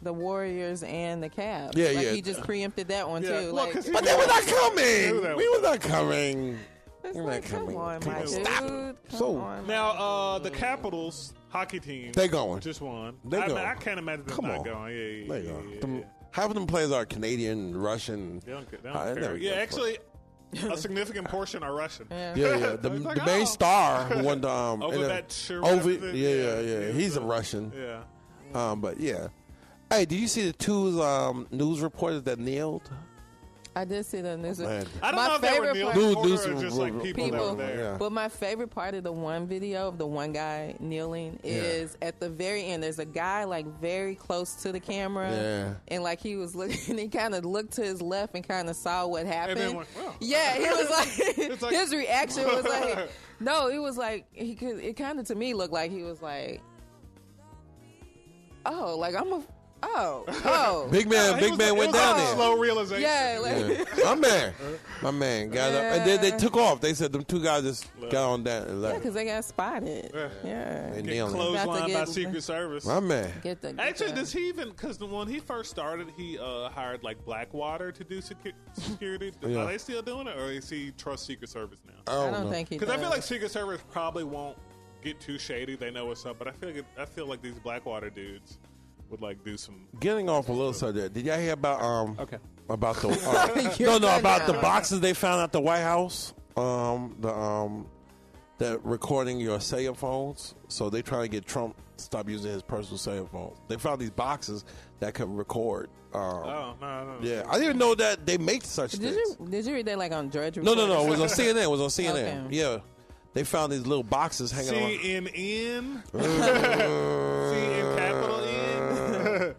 Speaker 4: the Warriors and the Cavs.
Speaker 5: Yeah,
Speaker 4: like
Speaker 5: yeah.
Speaker 4: He just preempted that one
Speaker 3: Yeah,
Speaker 4: too.
Speaker 3: well,
Speaker 4: like,
Speaker 3: 'cause
Speaker 4: *laughs*
Speaker 5: But they were not coming.
Speaker 3: that
Speaker 5: We were not coming.
Speaker 4: it's
Speaker 5: They were
Speaker 4: like,
Speaker 5: not
Speaker 4: come
Speaker 5: coming.
Speaker 4: on,
Speaker 5: Come
Speaker 4: my
Speaker 5: on,
Speaker 4: dude.
Speaker 5: stop it.
Speaker 4: Come
Speaker 5: So-
Speaker 4: on.
Speaker 3: now uh, the Capitals hockey team.
Speaker 5: They going.
Speaker 3: Just won.
Speaker 5: They
Speaker 3: I, mean,
Speaker 5: going.
Speaker 3: I can't imagine them
Speaker 5: Come
Speaker 3: not
Speaker 5: on.
Speaker 3: going. Yeah, yeah,
Speaker 5: There you
Speaker 3: yeah,
Speaker 5: go.
Speaker 3: yeah,
Speaker 5: Them-
Speaker 3: yeah.
Speaker 5: Half of them players are Canadian, Russian. Uh,
Speaker 3: They don't, ca- they
Speaker 5: I
Speaker 3: don't
Speaker 5: never
Speaker 3: care. Yeah,
Speaker 5: give a
Speaker 3: actually,
Speaker 4: *laughs*
Speaker 3: a significant portion are Russian.
Speaker 5: fuck. Yeah,
Speaker 3: *laughs*
Speaker 5: yeah. The,
Speaker 3: It's like,
Speaker 5: the main
Speaker 3: oh.
Speaker 5: star
Speaker 3: *laughs*
Speaker 5: who won the um,
Speaker 3: Over
Speaker 5: in the-
Speaker 3: that sure
Speaker 5: Over, yeah,
Speaker 3: represent-
Speaker 5: yeah,
Speaker 3: yeah,
Speaker 5: yeah,
Speaker 3: yeah,
Speaker 5: He's a
Speaker 3: so-
Speaker 5: Russian.
Speaker 3: Yeah.
Speaker 5: Um, but yeah. Hey, did you see the two um, news reporters that kneeled?
Speaker 4: I did see the news.
Speaker 5: Man.
Speaker 3: I don't
Speaker 4: My
Speaker 3: know if they were
Speaker 4: favorite
Speaker 3: Neil
Speaker 4: part-
Speaker 5: Dude,
Speaker 3: Porter
Speaker 5: dude,
Speaker 3: or just like people, that
Speaker 4: people.
Speaker 3: were there.
Speaker 5: Yeah.
Speaker 4: But my favorite part of the one video of the one guy kneeling is at the very end. There's a guy like very close to the camera,
Speaker 5: Yeah.
Speaker 4: and like he was looking. *laughs* He kind of looked to his left and kind of saw what happened.
Speaker 3: then went, "Wow."
Speaker 4: Yeah, he was like, *laughs*
Speaker 3: It's like-
Speaker 4: his reaction was like, no, it was like he could. It kind of to me looked like he was like, oh, like I'm a, oh, oh,
Speaker 5: Big man,
Speaker 3: He
Speaker 5: big
Speaker 3: was-
Speaker 5: man
Speaker 3: it
Speaker 5: went
Speaker 3: was
Speaker 5: down
Speaker 3: a
Speaker 5: there.
Speaker 3: Slow realization. *laughs*
Speaker 4: yeah, like.
Speaker 5: Yeah. My man, my man got up, and then they took off. They said them two guys just got on down
Speaker 4: *laughs*
Speaker 5: and left.
Speaker 4: Because they got spotted. Yeah.
Speaker 5: They
Speaker 3: Get
Speaker 5: kneeling.
Speaker 4: About
Speaker 3: clotheslined
Speaker 4: to
Speaker 3: by
Speaker 4: get-
Speaker 3: Secret Service.
Speaker 5: My man.
Speaker 4: Get the, get
Speaker 3: Actually,
Speaker 4: the-
Speaker 3: does he even? Because when he first started, he uh, hired like Blackwater to do secu- security.
Speaker 5: *laughs* Yeah. Uh,
Speaker 3: Are they still doing it, or is he trust Secret Service now?
Speaker 4: I don't think he.
Speaker 3: Because I feel
Speaker 4: does.
Speaker 3: like Secret Service probably won't get too shady, they know what's up. But I feel like I feel like these Blackwater dudes would like do some.
Speaker 5: Getting off a little subject. Did y'all hear about um?
Speaker 3: Okay. *laughs*
Speaker 5: About the uh, no no about the boxes they found at the White House. Um the um that recording your cell phones. So they trying to get Trump to stop using his personal cell phone. They found these boxes that could record. Um,
Speaker 3: Oh no, no, no.
Speaker 5: Yeah, I didn't even know that they make such
Speaker 4: Did
Speaker 5: things.
Speaker 4: you did you read that like on Drudge?
Speaker 5: No, no,
Speaker 4: Report?
Speaker 5: no. It was on CNN. It was on CNN.
Speaker 4: Okay.
Speaker 5: Yeah, they found these little boxes hanging around.
Speaker 3: CNN.
Speaker 5: *laughs*
Speaker 3: *laughs* CNN capital N.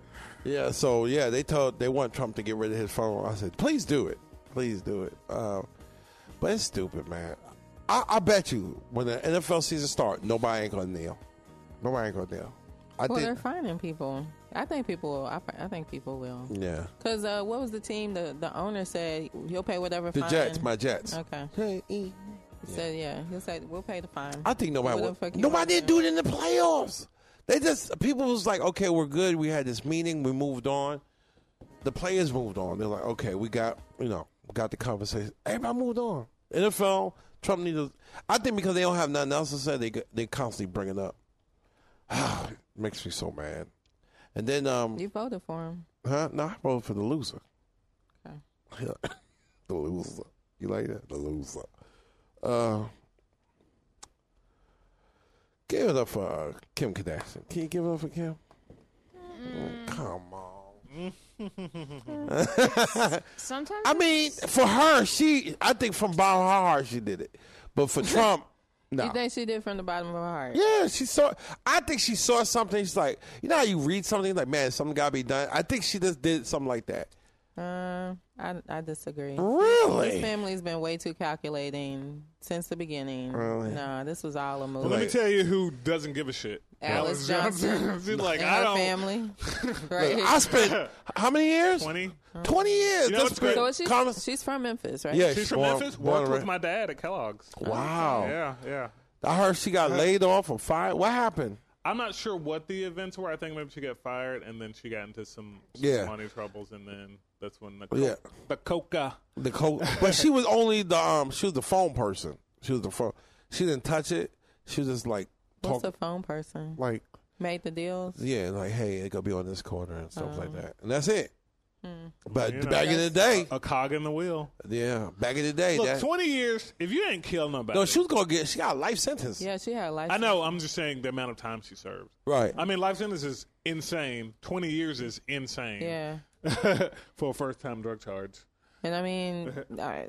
Speaker 5: Yeah, so yeah, they told they want Trump to get rid of his phone. I said, please do it, please do it. Uh, but it's stupid, man. I, I bet you when the NFL season starts, nobody ain't gonna kneel. Nobody ain't gonna kneel. I
Speaker 4: Well, they're
Speaker 5: think.
Speaker 4: finding people. I think people. Will, I, I think people will.
Speaker 5: Yeah,
Speaker 4: Cause uh, what was the team? The the owner said he'll pay whatever.
Speaker 5: the
Speaker 4: fine.
Speaker 5: Jets, my Jets.
Speaker 4: Okay.
Speaker 5: Hey, eh.
Speaker 4: He said yeah. He said we'll pay the fine.
Speaker 5: I think nobody
Speaker 4: Who the
Speaker 5: would.
Speaker 4: fuck you want
Speaker 5: Nobody
Speaker 4: to-
Speaker 5: did do it in the playoffs. They just people was like, okay, we're good. We had this meeting. We moved on. The players moved on. They're like, okay, we got you know got the conversation. Everybody moved on. NFL Trump needs. to- I think because they don't have nothing else to say, they they constantly bring it up. *sighs* Makes me so mad. And then um,
Speaker 4: You voted for him.
Speaker 5: huh? No, I voted for the loser.
Speaker 4: Okay.
Speaker 5: *laughs* the loser. You like that? The loser. Uh, give it up for uh, Kim Kardashian. Can you give it up for Kim? Come on.
Speaker 6: Sometimes
Speaker 5: I mean, for her, she. I think from bottom of her heart, she did it. But for Trump, no.
Speaker 4: *laughs* You think she did from the bottom of her heart?
Speaker 5: Yeah, she saw. I think she saw something. She's like, you know how you read something like, man, something got to be done. I think she just did something like that.
Speaker 4: Uh, I I disagree. This
Speaker 5: Really?
Speaker 4: family's been way too calculating since the beginning.
Speaker 5: Really?
Speaker 4: Nah, this was all a movie.
Speaker 3: Let me tell you who doesn't give a shit.
Speaker 4: Alice
Speaker 5: *laughs*
Speaker 4: Johnson. *laughs*
Speaker 3: She's like,
Speaker 4: and
Speaker 3: I
Speaker 4: her
Speaker 3: don't. *laughs*
Speaker 4: family. right?
Speaker 5: I spent how many years?
Speaker 3: 20.
Speaker 5: 20 years.
Speaker 3: You know what's
Speaker 5: That's great.
Speaker 3: great?
Speaker 4: So is she,
Speaker 5: Common-
Speaker 4: she's from Memphis, right?
Speaker 5: Yeah,
Speaker 3: She's from
Speaker 5: born-
Speaker 3: Memphis.
Speaker 5: born
Speaker 3: Worked
Speaker 5: and
Speaker 3: with
Speaker 5: ra-
Speaker 3: my dad at Kellogg's.
Speaker 5: Wow.
Speaker 3: Yeah, yeah.
Speaker 5: I heard she got laid off or fired. What happened?
Speaker 3: I'm not sure what the events were. I think maybe she got fired, and then she got into some, some
Speaker 5: Yeah.
Speaker 3: money troubles, and then that's when the co-
Speaker 5: Yeah.
Speaker 3: the coca.
Speaker 5: The co- but she was only the um she was the phone person. She was the phone. She didn't touch it. She was just like
Speaker 4: What's
Speaker 5: talk
Speaker 4: the phone person?
Speaker 5: like
Speaker 4: Made the deals.
Speaker 5: yeah, like hey, it gonna be on this corner and stuff
Speaker 4: Oh.
Speaker 5: like that. And that's it.
Speaker 4: Hmm.
Speaker 5: But
Speaker 3: You know,
Speaker 5: back in the day,
Speaker 3: a cog in the wheel.
Speaker 5: yeah, back in the day,
Speaker 3: Look,
Speaker 5: that,
Speaker 3: 20 years. If you ain't killed nobody,
Speaker 5: no, she was gonna get she got a life sentence.
Speaker 4: Yeah, she had a life.
Speaker 3: I know. I'm just saying the amount of time she served.
Speaker 5: Right.
Speaker 3: I mean, life sentence is insane. 20 years is insane.
Speaker 4: Yeah.
Speaker 3: *laughs* for a first time drug charge.
Speaker 4: And I
Speaker 5: *laughs*
Speaker 4: mean, I,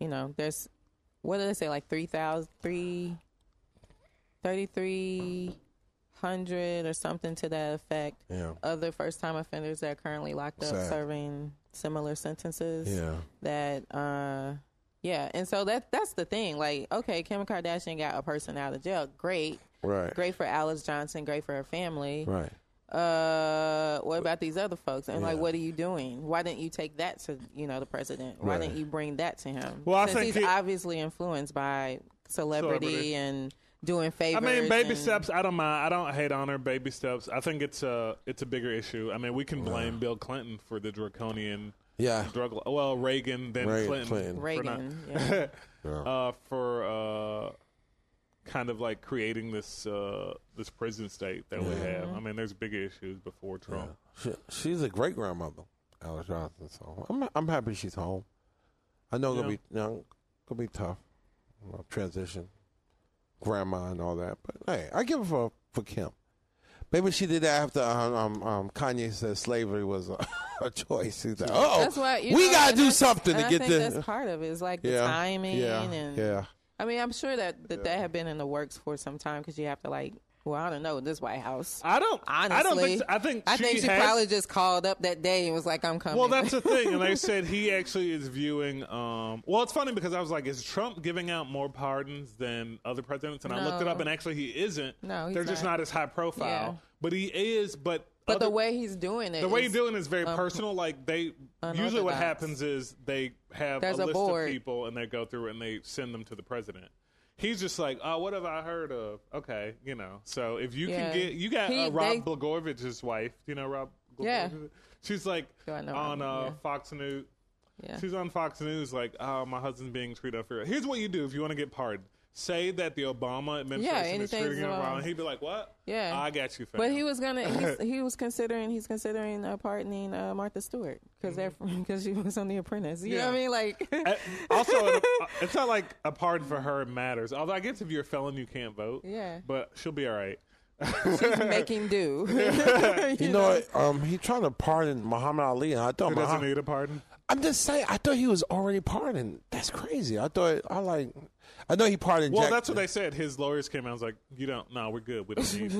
Speaker 4: you know, there's what did I say? Like three thousand, three, thirty-three hundred or something to that effect.
Speaker 5: Yeah.
Speaker 4: Other first-time offenders that are currently locked up
Speaker 5: Sad.
Speaker 4: serving similar sentences.
Speaker 5: Yeah.
Speaker 4: That, uh, yeah, and so that that's the thing. Like, okay, Kim Kardashian got a person out of jail. Great,
Speaker 5: Right.
Speaker 4: great for Alice Johnson. Great for her family
Speaker 5: Right.
Speaker 4: uh, what about these other folks? And like,
Speaker 5: Yeah.
Speaker 4: what are you doing? Why didn't you take that to you know the president? Why
Speaker 5: Right.
Speaker 4: didn't you bring that to him?
Speaker 3: Well, I
Speaker 4: Since
Speaker 3: think
Speaker 4: he's
Speaker 3: he-
Speaker 4: obviously influenced by celebrity,
Speaker 3: Celebrity.
Speaker 4: and doing
Speaker 3: I
Speaker 4: favors.
Speaker 3: mean, baby
Speaker 4: and-
Speaker 3: steps. I don't mind. I don't hate on her. Baby steps. I think it's a it's a bigger issue. I mean, we can blame Bill Clinton for the draconian
Speaker 5: Yeah.
Speaker 3: drug. law- Well, Reagan then
Speaker 5: Reagan,
Speaker 3: Clinton,
Speaker 5: Clinton.
Speaker 3: for
Speaker 4: Reagan.
Speaker 3: not-
Speaker 4: yeah.
Speaker 3: *laughs* uh, for uh, kind of like creating this uh, this prison state that we have.
Speaker 4: Mm-hmm.
Speaker 3: I mean, there's bigger issues before Trump.
Speaker 5: She, she's a great grandmother, Alice Johnson. So I'm I'm happy she's home. I know it'll
Speaker 3: Yeah.
Speaker 5: be you know, it'll be tough you know, transition, grandma and all that. But hey, I give it for for Kim. Maybe she did that after um, um, um, Kanye said slavery was a, *laughs* a choice. He's like, oh,
Speaker 4: That's why you
Speaker 5: we
Speaker 4: know,
Speaker 5: gotta
Speaker 4: and
Speaker 5: do
Speaker 4: that's-
Speaker 5: something to
Speaker 4: and I
Speaker 5: get
Speaker 4: think
Speaker 5: this.
Speaker 4: That's part of it. It's like
Speaker 5: yeah,
Speaker 4: the timing
Speaker 5: yeah,
Speaker 4: and
Speaker 5: yeah.
Speaker 4: I mean, I'm sure that that, that had been in the works for some time because you have to like, well, I don't know this White House.
Speaker 3: I don't.
Speaker 4: Honestly,
Speaker 3: I don't think. So. I think.
Speaker 4: I
Speaker 3: she
Speaker 4: think she
Speaker 3: has-
Speaker 4: probably just called up that day and was like, "I'm coming."
Speaker 3: Well, that's
Speaker 4: *laughs*
Speaker 3: the thing, and they said he actually is viewing. Um, well, it's funny because I was like, is Trump giving out more pardons than other presidents? And I looked it up,
Speaker 4: No.
Speaker 3: and actually, he isn't.
Speaker 4: No, he's
Speaker 3: they're just
Speaker 4: not.
Speaker 3: not as high profile.
Speaker 4: Yeah.
Speaker 3: But he is. But
Speaker 4: But
Speaker 3: other-
Speaker 4: the way he's doing it,
Speaker 3: the way
Speaker 4: is-
Speaker 3: he's doing it is very personal. Like they usually what
Speaker 4: unorthodox.
Speaker 3: happens is they have a
Speaker 4: There's a
Speaker 3: list
Speaker 4: board.
Speaker 3: of people, and they go through it and they send them to the president. He's just like, oh, what have I heard of? Okay, you know. So if you
Speaker 4: Yeah.
Speaker 3: can get, you got
Speaker 4: He-
Speaker 3: uh, Rob
Speaker 4: they-
Speaker 3: Blagojevich's wife. Do you know Rob? Blagojevich?
Speaker 4: Yeah.
Speaker 3: She's like
Speaker 4: Do I know
Speaker 3: on uh,
Speaker 4: Rob? Yeah.
Speaker 3: Fox News.
Speaker 4: Yeah.
Speaker 3: She's on Fox News, like, oh, my husband's being treated unfairly. Here's what you do if you want to get pardoned. say that the Obama administration is
Speaker 4: anything's
Speaker 3: treating him
Speaker 4: wrong.
Speaker 3: wrong, he'd be like, "What?
Speaker 4: Yeah.
Speaker 3: I got you." Fam.
Speaker 4: But he
Speaker 3: *laughs*
Speaker 4: was gonna. He's, he was considering. He's considering uh, pardoning uh, Martha Stewart because *laughs* because she was on The Apprentice. You know what I
Speaker 3: Mm. Yeah.
Speaker 4: mean? Like,
Speaker 3: *laughs*
Speaker 4: *laughs*
Speaker 3: Uh, also, it- uh, it's not like a pardon for her matters. Although I guess if you're a felon, you can't vote.
Speaker 4: Yeah.
Speaker 3: but she'll be all right.
Speaker 4: she's making do. *laughs*
Speaker 5: You know, what? um, he trying to pardon Muhammad Ali, and I thought
Speaker 3: He doesn't
Speaker 5: Muhammad,
Speaker 3: need a pardon.
Speaker 5: I'm just saying, I thought he was already pardoned. That's crazy. I thought I like, I know he pardoned.
Speaker 3: Well,
Speaker 5: Jack-
Speaker 3: that's what they said. His lawyers came out and was like, "You don't. No, we're good. We don't need.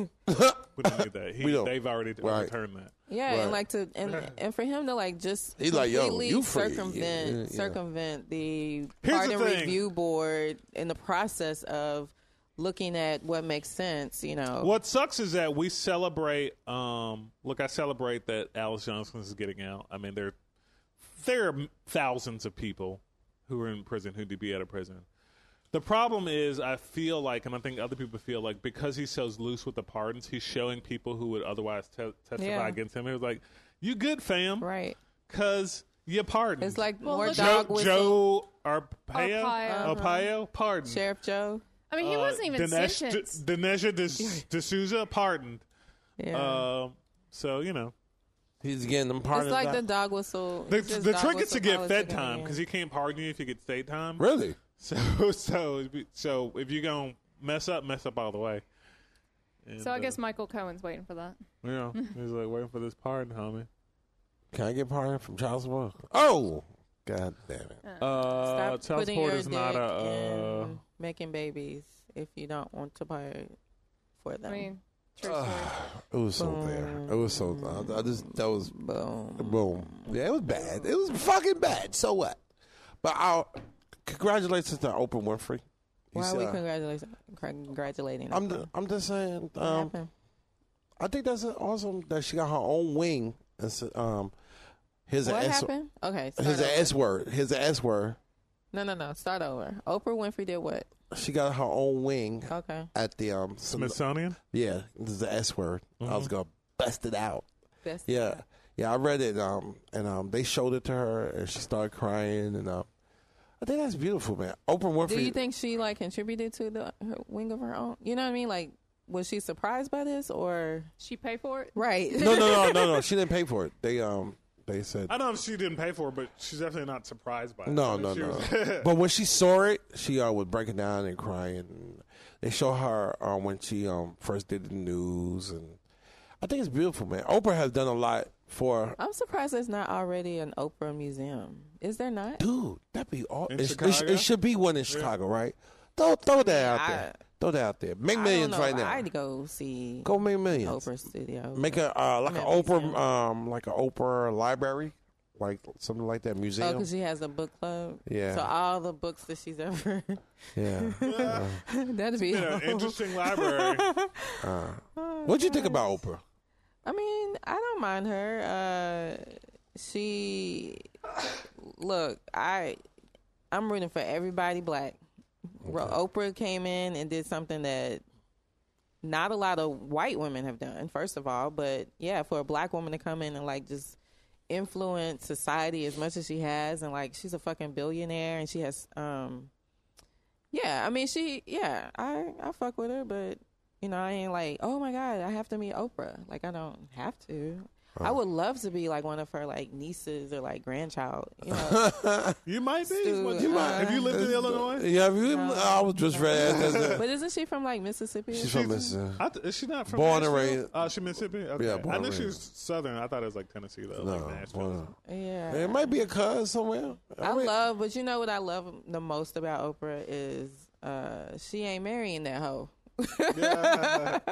Speaker 3: we don't need that. He,
Speaker 5: We don't.
Speaker 3: They've already
Speaker 5: Right.
Speaker 3: overturned that."
Speaker 4: Yeah,
Speaker 5: Right.
Speaker 4: and like to and and for him to like just
Speaker 5: He like, yo,
Speaker 4: completely
Speaker 5: you free.
Speaker 4: circumvent
Speaker 5: Yeah, yeah, yeah.
Speaker 4: circumvent the
Speaker 3: Here's the
Speaker 4: pardon
Speaker 3: thing.
Speaker 4: review board in the process of looking at what makes sense, you know.
Speaker 3: What sucks is that we celebrate. Um, look, I celebrate that Alice Johnson is getting out. I mean, there there are thousands of people who are in prison who need to be out of prison. The problem is, I feel like, and I think other people feel like, because he's so loose with the pardons, he's showing people who would otherwise te- testify
Speaker 4: Yeah.
Speaker 3: against him. He was like, "You good, fam?
Speaker 4: Right.
Speaker 3: Because you pardoned."
Speaker 4: It's like
Speaker 6: Well,
Speaker 4: more
Speaker 6: look-
Speaker 4: dog
Speaker 3: Joe,
Speaker 4: whistle.
Speaker 3: Joe Arpaio,
Speaker 6: Arpaio.
Speaker 3: Arpaio, pardon.
Speaker 4: Sheriff Joe.
Speaker 6: I
Speaker 3: Uh,
Speaker 6: mean, he wasn't even sentenced.
Speaker 3: Dinesh D'S-
Speaker 4: *laughs*
Speaker 3: D'Souza pardoned.
Speaker 4: Yeah.
Speaker 3: Um, so you know
Speaker 5: *laughs* he's getting them
Speaker 4: it's
Speaker 5: pardoned.
Speaker 4: like the dog whistle.
Speaker 3: the,
Speaker 4: it's just
Speaker 3: the
Speaker 4: dog
Speaker 3: trick is
Speaker 4: whistle
Speaker 3: to get
Speaker 4: policy
Speaker 3: fed
Speaker 4: going
Speaker 3: time
Speaker 4: in.
Speaker 3: because he can't pardon you if you get state time.
Speaker 5: really.
Speaker 3: *laughs* So so it'd be- so if you're gonna mess up, mess up all the way. And,
Speaker 6: So I guess
Speaker 3: uh,
Speaker 6: Michael Cohen's waiting for that.
Speaker 3: yeah, he's like waiting for this pardon,
Speaker 4: *laughs*
Speaker 3: homie.
Speaker 5: Can I get pardoned from child support? Oh, god damn it!
Speaker 3: Uh,
Speaker 4: Stop
Speaker 3: child
Speaker 4: putting
Speaker 3: support
Speaker 4: your
Speaker 3: is not a.
Speaker 4: dick
Speaker 3: Uh,
Speaker 4: in making babies if you don't want to pay for them.
Speaker 6: I mean, true story.
Speaker 5: It was so there. It was so. I, I just that was
Speaker 4: Boom.
Speaker 5: Boom. Yeah, it was bad. It was fucking bad. So what? But I'll congratulations to Oprah Winfrey. You
Speaker 4: Why are
Speaker 5: see,
Speaker 4: we
Speaker 5: uh,
Speaker 4: congratulating congratulating
Speaker 5: I'm
Speaker 4: them?
Speaker 5: ju- I'm just saying.
Speaker 4: What
Speaker 5: Um,
Speaker 4: happened?
Speaker 5: I think that's awesome that she got her own wing. And so, um, here's an
Speaker 4: What
Speaker 5: S.
Speaker 4: happened? Okay, start
Speaker 5: Here's an
Speaker 4: over.
Speaker 5: S word. Here's an S word.
Speaker 4: no, no, no. Start over. Oprah Winfrey did what?
Speaker 5: She got her own wing
Speaker 4: Okay,
Speaker 5: at the um. some-
Speaker 3: Smithsonian.
Speaker 5: yeah, this is the S word. I was gonna bust it out.
Speaker 4: Best
Speaker 5: Yeah, yeah, I read it. Um, and um, they showed it to her, and she started crying. And um, I think that's beautiful, man. Oprah Winfrey.
Speaker 4: Do you think she like contributed to the her wing of her own? You know what I mean? Like, was she surprised by this or
Speaker 6: She paid for it.
Speaker 4: right?
Speaker 5: no, no, no, no, no. She didn't pay for it. They um they said
Speaker 3: I don't know if she didn't pay for it, but she's definitely not surprised by it.
Speaker 5: no, no,
Speaker 3: She
Speaker 5: no.
Speaker 3: was- *laughs*
Speaker 5: but when she saw it, she uh, was breaking down and crying. They show her uh, when she um first did the news, and I think it's beautiful, man. Oprah has done a lot for
Speaker 4: *laughs* I'm surprised there's not already an Oprah museum. Is there not?
Speaker 5: dude. That'd be all.
Speaker 3: In
Speaker 5: it, sh- it sh-
Speaker 3: Chicago?
Speaker 5: it should be one in Chicago, right? Throw throw that
Speaker 4: I-
Speaker 5: out there. Throw that out there. Make
Speaker 4: I don't
Speaker 5: millions
Speaker 4: know,
Speaker 5: right
Speaker 4: but
Speaker 5: now.
Speaker 4: I'd go see
Speaker 5: Go make millions.
Speaker 4: Oprah Studio.
Speaker 5: Make a uh, like
Speaker 4: Yeah,
Speaker 5: an Oprah
Speaker 4: museum.
Speaker 5: um like an Oprah library, like something like that
Speaker 4: Oh,
Speaker 5: museum.
Speaker 4: because she has a book club.
Speaker 5: Yeah.
Speaker 4: So all the books that she's ever *laughs*
Speaker 5: yeah.
Speaker 3: *laughs*
Speaker 4: that'd be.
Speaker 3: Yeah,
Speaker 4: *laughs*
Speaker 3: interesting library.
Speaker 5: What'd you think about Oprah?
Speaker 4: I mean, I don't mind her. Uh, she look, I I'm rooting for everybody black. Ro Oprah came in and did something that not a lot of white women have done, first of all, but yeah, for a black woman to come in and like just influence society as much as she has and like she's a fucking billionaire and she has um yeah, I mean she yeah, I I fuck with her, but you know, I ain't like, oh my god, I have to meet Oprah. Like I don't have to. I would love to be like one of her like nieces or like grandchild. You
Speaker 5: *laughs*
Speaker 4: know,
Speaker 3: You might be.
Speaker 4: Stu,
Speaker 3: What- have you lived in Illinois?
Speaker 5: Yeah, have you, I was
Speaker 4: *laughs*
Speaker 5: just read. That's a,
Speaker 4: but isn't she from like Mississippi?
Speaker 5: she's from uh, Mississippi.
Speaker 3: I th- is she not from
Speaker 5: Born and
Speaker 3: Nashville?
Speaker 5: raised.
Speaker 3: Uh, she Mississippi. Okay.
Speaker 5: Yeah, born
Speaker 3: I knew
Speaker 5: and
Speaker 3: she was
Speaker 5: raised.
Speaker 3: Southern. I thought it was like Tennessee though, like
Speaker 5: No,
Speaker 3: Nashville.
Speaker 5: well,
Speaker 4: yeah,
Speaker 5: it might be a cuz somewhere.
Speaker 4: I
Speaker 5: mean,
Speaker 4: love, but you know what I love the most about Oprah is uh, she ain't marrying that hoe.
Speaker 3: She got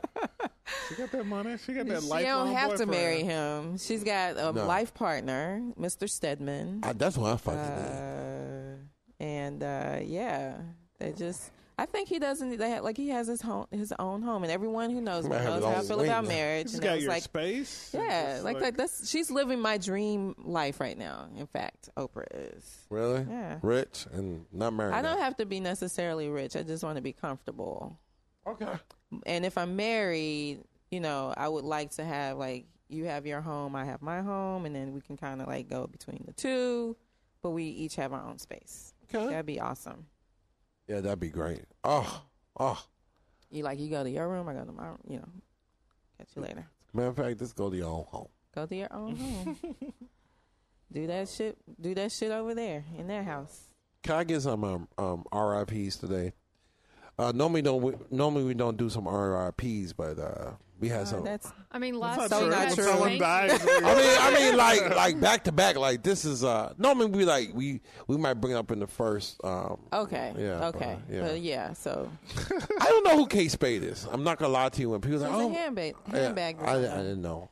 Speaker 3: that money. She got that
Speaker 4: She
Speaker 3: lifelong
Speaker 4: don't have to
Speaker 3: boyfriend.
Speaker 4: marry him. She's got a life partner, Mr. Stedman,
Speaker 5: I, that's what I fucking did.
Speaker 4: uh, and uh, yeah, they just. I think he doesn't. They have, like he has his home, his own home, and everyone who knows me
Speaker 5: Might have
Speaker 4: knows
Speaker 5: his
Speaker 4: how I
Speaker 5: own
Speaker 4: feel
Speaker 5: wing.
Speaker 4: about marriage.
Speaker 3: She's
Speaker 4: and I
Speaker 3: got
Speaker 4: was
Speaker 3: your
Speaker 4: like,
Speaker 3: space. It's
Speaker 4: Yeah,
Speaker 3: just
Speaker 4: like, like that's she's living my dream life right now. In fact, Oprah is.
Speaker 5: Really?
Speaker 4: Yeah.
Speaker 5: Rich and not married.
Speaker 4: I don't have to be necessarily rich. I just want to be comfortable.
Speaker 5: Okay.
Speaker 4: And if I'm married, you know, I would like to have like you have your home, I have my home, and then we can kind of like go between the two, but we each have our own space.
Speaker 5: Okay.
Speaker 4: That'd be awesome.
Speaker 5: Yeah, that'd be great. Oh, oh.
Speaker 4: You like you go to your room, I go to my room. You know, catch you later.
Speaker 5: Matter of fact, let's go to your own home.
Speaker 4: Go to your own home.
Speaker 6: *laughs*
Speaker 4: do that shit. Do that shit over there in their house.
Speaker 5: Can I get some um, um RIPS today? Uh, normally don't we, normally we don't do some RIPS, but uh, we had some. I mean,
Speaker 4: That's
Speaker 6: I mean, last
Speaker 4: so
Speaker 6: year
Speaker 4: not
Speaker 6: had
Speaker 4: true.
Speaker 6: Someone
Speaker 4: Someone
Speaker 8: dies.
Speaker 5: I
Speaker 4: *laughs*
Speaker 5: mean, like like back to back. Like this is uh normally we like we we might bring it up in the first. Um,
Speaker 4: okay.
Speaker 5: Yeah,
Speaker 3: uh,
Speaker 4: okay.
Speaker 5: but, yeah.
Speaker 4: But yeah, so
Speaker 5: I don't know who K Spade is. I'm not gonna lie to you when people
Speaker 4: she's
Speaker 5: like
Speaker 4: a
Speaker 5: oh
Speaker 4: handbag.
Speaker 5: yeah,
Speaker 4: Handbag.
Speaker 5: I, I didn't know.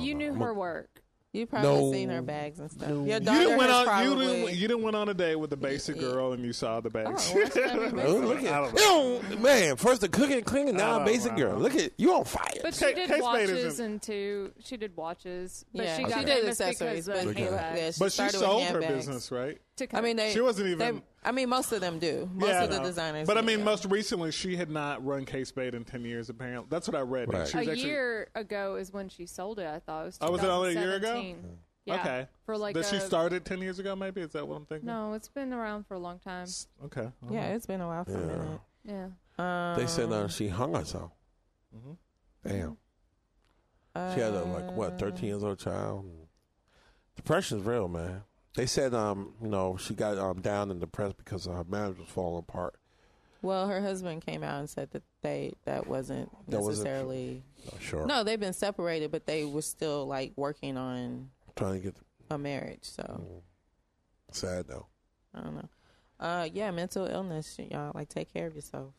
Speaker 6: You knew her work.
Speaker 4: you probably
Speaker 5: No.
Speaker 4: seen her bags and stuff. Your
Speaker 3: You
Speaker 4: daughter
Speaker 3: didn't went
Speaker 4: has
Speaker 3: on. You
Speaker 4: probably.
Speaker 3: didn't, you didn't went on a date with a basic girl, and you saw the bags.
Speaker 4: Oh,
Speaker 3: *laughs*
Speaker 4: watch every
Speaker 5: Oh,
Speaker 4: basic-
Speaker 5: look
Speaker 3: I don't
Speaker 5: at
Speaker 3: know.
Speaker 5: Ew, man! First the cooking, cleaning, now
Speaker 3: Oh,
Speaker 5: basic
Speaker 3: wow.
Speaker 5: girl. Look at you on fire.
Speaker 6: But
Speaker 3: Ca-
Speaker 6: she did
Speaker 3: Case Mate
Speaker 6: watches
Speaker 3: isn't-
Speaker 6: and two. She did watches, but
Speaker 4: yeah,
Speaker 6: she got
Speaker 4: did
Speaker 6: famous
Speaker 4: accessories,
Speaker 6: because
Speaker 4: but
Speaker 6: of
Speaker 5: Okay.
Speaker 6: handbags.
Speaker 4: yeah, she
Speaker 3: But she
Speaker 4: started with
Speaker 3: sold her
Speaker 4: handbags.
Speaker 3: business, right?
Speaker 6: To
Speaker 4: I mean, they
Speaker 3: She wasn't
Speaker 4: they-
Speaker 3: even-
Speaker 4: I mean, most of them do. Most
Speaker 3: Yeah, I
Speaker 4: of the
Speaker 3: know.
Speaker 4: designers.
Speaker 3: But I
Speaker 4: do,
Speaker 3: mean,
Speaker 4: yeah.
Speaker 3: most recently, she had not run K Spade in ten years. Apparently, that's what I read.
Speaker 5: Right.
Speaker 3: She
Speaker 6: a
Speaker 3: was actually-
Speaker 6: year ago is when she sold it. I thought it was.
Speaker 3: Oh, was it only a year ago?
Speaker 6: 2017. Yeah.
Speaker 3: Okay.
Speaker 6: For like
Speaker 3: that
Speaker 6: a,
Speaker 3: she started ten years ago. Maybe is that what I'm thinking?
Speaker 6: No, it's been around for a long time.
Speaker 3: Okay.
Speaker 4: Yeah, it's been a while for a minute.
Speaker 6: Yeah.
Speaker 4: Um,
Speaker 5: they said uh, she hung herself.
Speaker 3: Mm-hmm.
Speaker 5: Damn. She had a like what thirteen years old child. Depression's real, man. They said um you know she got um down and depressed because her marriage was falling apart.
Speaker 4: Well, her husband came out and said that they that wasn't
Speaker 5: That wasn't-
Speaker 4: necessarily.
Speaker 5: Not sure.
Speaker 4: no, they've been separated, but they were still like working on
Speaker 5: Trying to get
Speaker 4: a marriage. So
Speaker 5: Mm-hmm. sad though.
Speaker 4: I don't know. Uh, yeah, mental illness, y'all. Like, take care of yourself.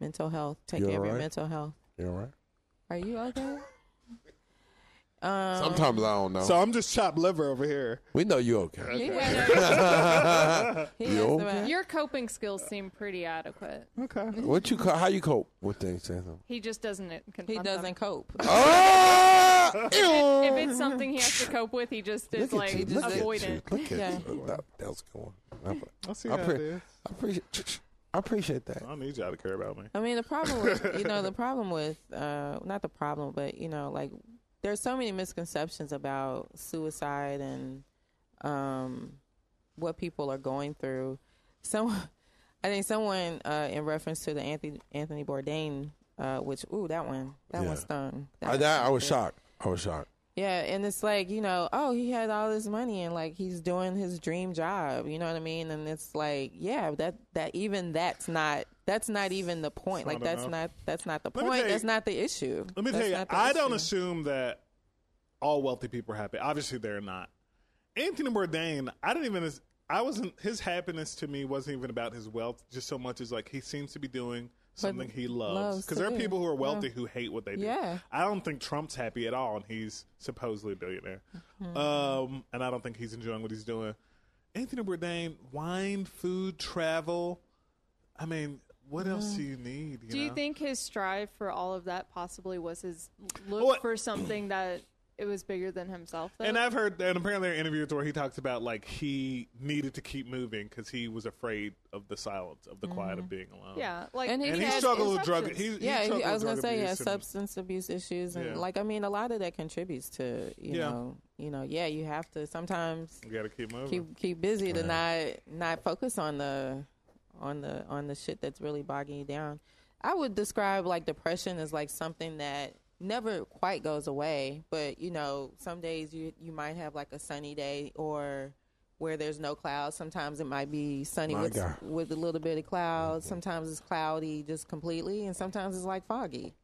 Speaker 4: Mental health. Take
Speaker 5: You
Speaker 4: care of your
Speaker 5: alright?
Speaker 4: mental health.
Speaker 5: You all right?
Speaker 4: Are you
Speaker 5: *laughs*
Speaker 4: okay? um,
Speaker 5: Sometimes I don't know.
Speaker 3: So I'm just chopped liver over here.
Speaker 5: we know you okay.
Speaker 4: he asked- he
Speaker 5: You
Speaker 4: asked
Speaker 5: okay?
Speaker 4: about-
Speaker 6: Your coping skills seem pretty adequate.
Speaker 3: Okay.
Speaker 5: What you co- how you cope with things? Santa?
Speaker 6: He just doesn't confront
Speaker 4: he doesn't
Speaker 6: Them.
Speaker 4: cope.
Speaker 5: Ah!
Speaker 6: If
Speaker 5: Ew!
Speaker 3: *laughs*
Speaker 6: it's something he has to cope with, he just is
Speaker 5: Look at
Speaker 6: like
Speaker 5: you! Look at you!
Speaker 6: avoidant.
Speaker 5: Look
Speaker 4: Yeah.
Speaker 5: at you! That, that was going. I,
Speaker 3: I see
Speaker 5: I
Speaker 3: how
Speaker 5: pre-
Speaker 3: it is.
Speaker 5: I appreciate. I appreciate that.
Speaker 3: I don't need y'all to care about me.
Speaker 4: I mean, the problem with you know the problem with uh, not the problem, but you know, like there's so many misconceptions about suicide and um, what people are going through. Some, I think someone uh, in reference to the Anthony Anthony Bourdain, uh, which ooh that one that
Speaker 5: Yeah.
Speaker 4: one stung.
Speaker 5: I,
Speaker 4: one
Speaker 5: that, I
Speaker 4: stung
Speaker 5: was
Speaker 4: good.
Speaker 5: shocked. I was shocked.
Speaker 4: Yeah, and it's like, you know, oh, he had all this money and like he's doing his dream job, you know what I mean? And it's like, yeah, that that even that's not that's not even the point.
Speaker 3: not
Speaker 4: like that's
Speaker 3: enough.
Speaker 4: not that's not the
Speaker 3: Let me tell
Speaker 4: point.
Speaker 3: you-
Speaker 4: That's not the issue.
Speaker 3: Let me
Speaker 4: That's
Speaker 3: tell you,
Speaker 4: not the
Speaker 3: I don't
Speaker 4: issue.
Speaker 3: assume that all wealthy people are happy. Obviously, they're not. Anthony Bourdain, I didn't even. I wasn't. His happiness to me wasn't even about his wealth, just so much as like he seems to be doing something he loves.
Speaker 4: loves
Speaker 3: Because
Speaker 4: to
Speaker 3: there are
Speaker 4: do.
Speaker 3: people who are
Speaker 4: Yeah.
Speaker 3: wealthy who hate what they do.
Speaker 4: Yeah.
Speaker 3: I don't think Trump's happy at all, and he's supposedly a billionaire.
Speaker 4: Mm-hmm.
Speaker 3: Um, and I don't think he's enjoying what he's doing. Anthony Bourdain, wine, food, travel. I mean, what else do you need?
Speaker 6: Do you
Speaker 3: know?
Speaker 6: think his strive for all of that possibly was his look
Speaker 3: Well,
Speaker 6: for something that it was bigger than himself? Though?
Speaker 4: Uh-huh.
Speaker 3: And I've heard, and apparently there are interviews where he talks about like he needed to keep moving because he was afraid of the silence, of the quiet, of being alone.
Speaker 6: yeah, like
Speaker 4: And Mm-hmm. he
Speaker 3: and he
Speaker 4: had-
Speaker 3: struggled with drug.
Speaker 6: substance.
Speaker 3: He, he
Speaker 4: yeah,
Speaker 3: struggled
Speaker 4: I was
Speaker 3: with
Speaker 4: gonna
Speaker 3: drug
Speaker 4: say yeah,
Speaker 3: abuse and-
Speaker 4: substance abuse issues and
Speaker 3: Yeah.
Speaker 4: like I mean a lot of that contributes to you
Speaker 3: Yeah.
Speaker 4: know you know, yeah, you have to sometimes
Speaker 3: You gotta keep moving.
Speaker 4: keep keep busy to not not focus on the on the on the shit that's really bogging you down. I would describe like depression as like something that never quite goes away, but you know, some days you you might have like a sunny day or where there's no clouds. Sometimes it might be sunny
Speaker 5: My
Speaker 4: with,
Speaker 5: God. Mm-hmm.
Speaker 4: with a little bit of clouds. Sometimes it's cloudy just completely, and sometimes it's like foggy.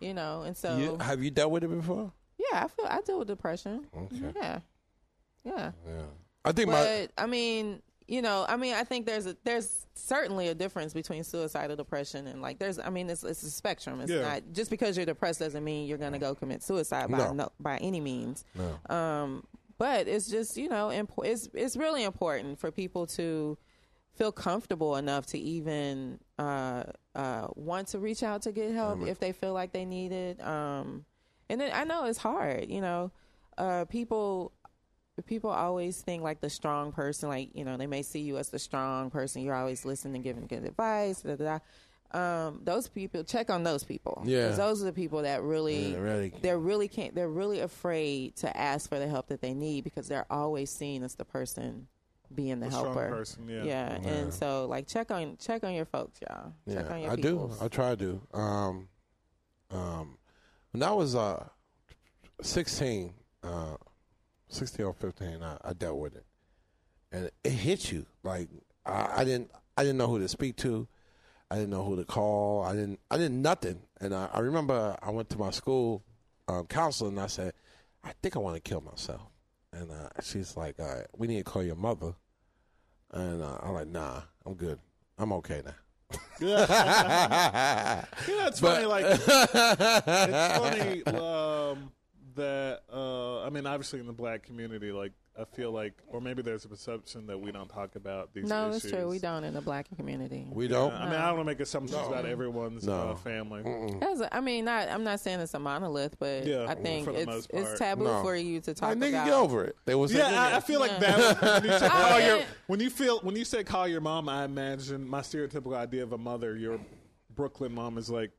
Speaker 4: You know, and so
Speaker 5: You, have you dealt with it before?
Speaker 4: yeah, I feel I deal with depression.
Speaker 5: Okay.
Speaker 4: Yeah, yeah.
Speaker 5: Yeah. I think my
Speaker 4: But I mean, you know, I mean, I think there's a there's certainly a difference between suicidal depression and like there's I mean, it's it's a spectrum. It's
Speaker 3: Yeah.
Speaker 4: not just because you're depressed doesn't mean you're gonna go commit suicide by
Speaker 5: No.
Speaker 4: no, by any means. Um, but it's just you know, imp- it's it's really important for people to feel comfortable enough to even uh, uh, want to reach out to get help if they feel like they need it. Um, and then I know it's hard, you know. Uh, people people always think like the strong person, like you know, they may see you as the strong person. You're always listening and giving good advice. Da, da, da. Um, those people, check on those people. 'Cause
Speaker 5: Yeah.
Speaker 4: those are the people that really,
Speaker 5: Yeah, really.
Speaker 4: they're really can't. They're really afraid to ask for the help that they need because they're always seen as the person being the
Speaker 3: A strong
Speaker 4: helper.
Speaker 3: person, yeah.
Speaker 5: Oh,
Speaker 4: and so like check on check on your folks, y'all. check on your
Speaker 5: I
Speaker 4: peoples.
Speaker 5: do. I try to do. Um, um, when I was uh, 16, uh, 16 or 15, I, I dealt with it, and it hit you like I, I didn't. I didn't know who to speak to. I didn't know who to call. I didn't. I didn't nothing. And I, I remember I went to my school um, counselor and I said, "I think I want to kill myself." And uh, she's like, All right, "We need to call your mother." And uh, I'm like, "Nah, I'm good. I'm okay now."
Speaker 3: You know, it's funny. Like
Speaker 5: *laughs*
Speaker 3: *laughs* it's funny um, that uh, I mean, obviously in the black community, like I feel like, or maybe there's a perception that we don't talk about these.
Speaker 4: no,
Speaker 3: issues.
Speaker 4: it's true. We don't in the black community.
Speaker 5: we
Speaker 3: Uh,
Speaker 5: don't.
Speaker 3: I mean, I don't want to make assumptions about everyone's
Speaker 5: No.
Speaker 3: uh, family.
Speaker 4: That's a, I mean, not. I'm not saying it's a monolith, but
Speaker 3: Yeah,
Speaker 4: I think
Speaker 3: for the
Speaker 4: it's
Speaker 3: most part.
Speaker 4: it's taboo
Speaker 5: No.
Speaker 4: for you to
Speaker 5: Like,
Speaker 4: talk
Speaker 5: nigga,
Speaker 4: about.
Speaker 5: get over it. They was
Speaker 3: Yeah, I, I feel like that. When
Speaker 4: *laughs* Oh,
Speaker 3: you, say call your, when you feel when you say call your mom, I imagine my stereotypical idea of a mother, your Brooklyn mom, is like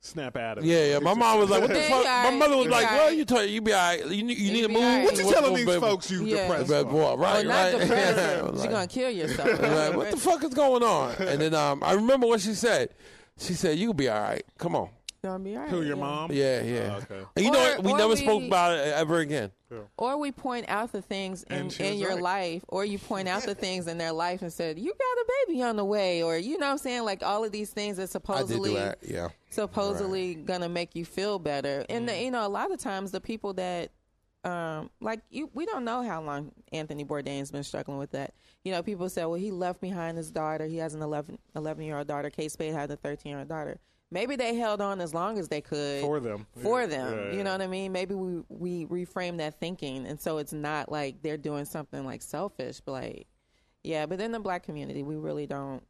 Speaker 3: snap out of it.
Speaker 5: yeah, yeah. My mom was like, "What the
Speaker 4: Yeah,
Speaker 5: fuck?"
Speaker 4: you all
Speaker 5: My
Speaker 4: right.
Speaker 5: mother was
Speaker 4: You
Speaker 5: like,
Speaker 4: all
Speaker 5: "Well,
Speaker 4: right.
Speaker 5: you tell you be all right. You, need- you need to
Speaker 4: be
Speaker 5: move."
Speaker 4: all right.
Speaker 3: What you
Speaker 4: What's
Speaker 3: telling these folks? You
Speaker 4: Yeah.
Speaker 3: depressed?
Speaker 5: Bad
Speaker 3: folks?
Speaker 5: boy, right?
Speaker 4: Well, not
Speaker 5: right.
Speaker 4: depressed.
Speaker 5: Like- *laughs*
Speaker 4: You're gonna kill yourself.
Speaker 5: I'm like, what the fuck is going on? And then um, I remember what she said. She said, "You'll be all right. Come on."
Speaker 4: Gonna be all right,
Speaker 3: Who your
Speaker 4: yeah.
Speaker 3: mom?
Speaker 5: Yeah, yeah.
Speaker 3: Oh, okay.
Speaker 5: And you know
Speaker 4: Or-
Speaker 5: what? We
Speaker 4: or
Speaker 5: never
Speaker 4: we-
Speaker 5: spoke about it ever again.
Speaker 4: Or we point out the things in,
Speaker 3: And she
Speaker 4: in
Speaker 3: was
Speaker 4: your
Speaker 3: right.
Speaker 4: life, or you point out
Speaker 3: *laughs*
Speaker 4: the things in their life and said, "You got a baby on the way," or you know, what I'm saying like all of these things that
Speaker 5: I did
Speaker 4: supposedly
Speaker 5: do that.
Speaker 4: *laughs*
Speaker 5: Yeah.
Speaker 4: supposedly gonna make you feel better. And
Speaker 3: Mm.
Speaker 4: the, you know, a lot of times the people that um like you we don't know how long Anthony Bourdain's been struggling with that. You know, people say, Well, he left behind his daughter. He has an 11 year old daughter. Kate Spade had a thirteen year old daughter. Maybe they held on as long as they could
Speaker 3: For them.
Speaker 4: For
Speaker 3: Yeah.
Speaker 4: them.
Speaker 3: Yeah,
Speaker 4: You know
Speaker 3: yeah.
Speaker 4: what I mean? Maybe we we reframe that thinking and so it's not like they're doing something like selfish, but like yeah, but in the black community we really don't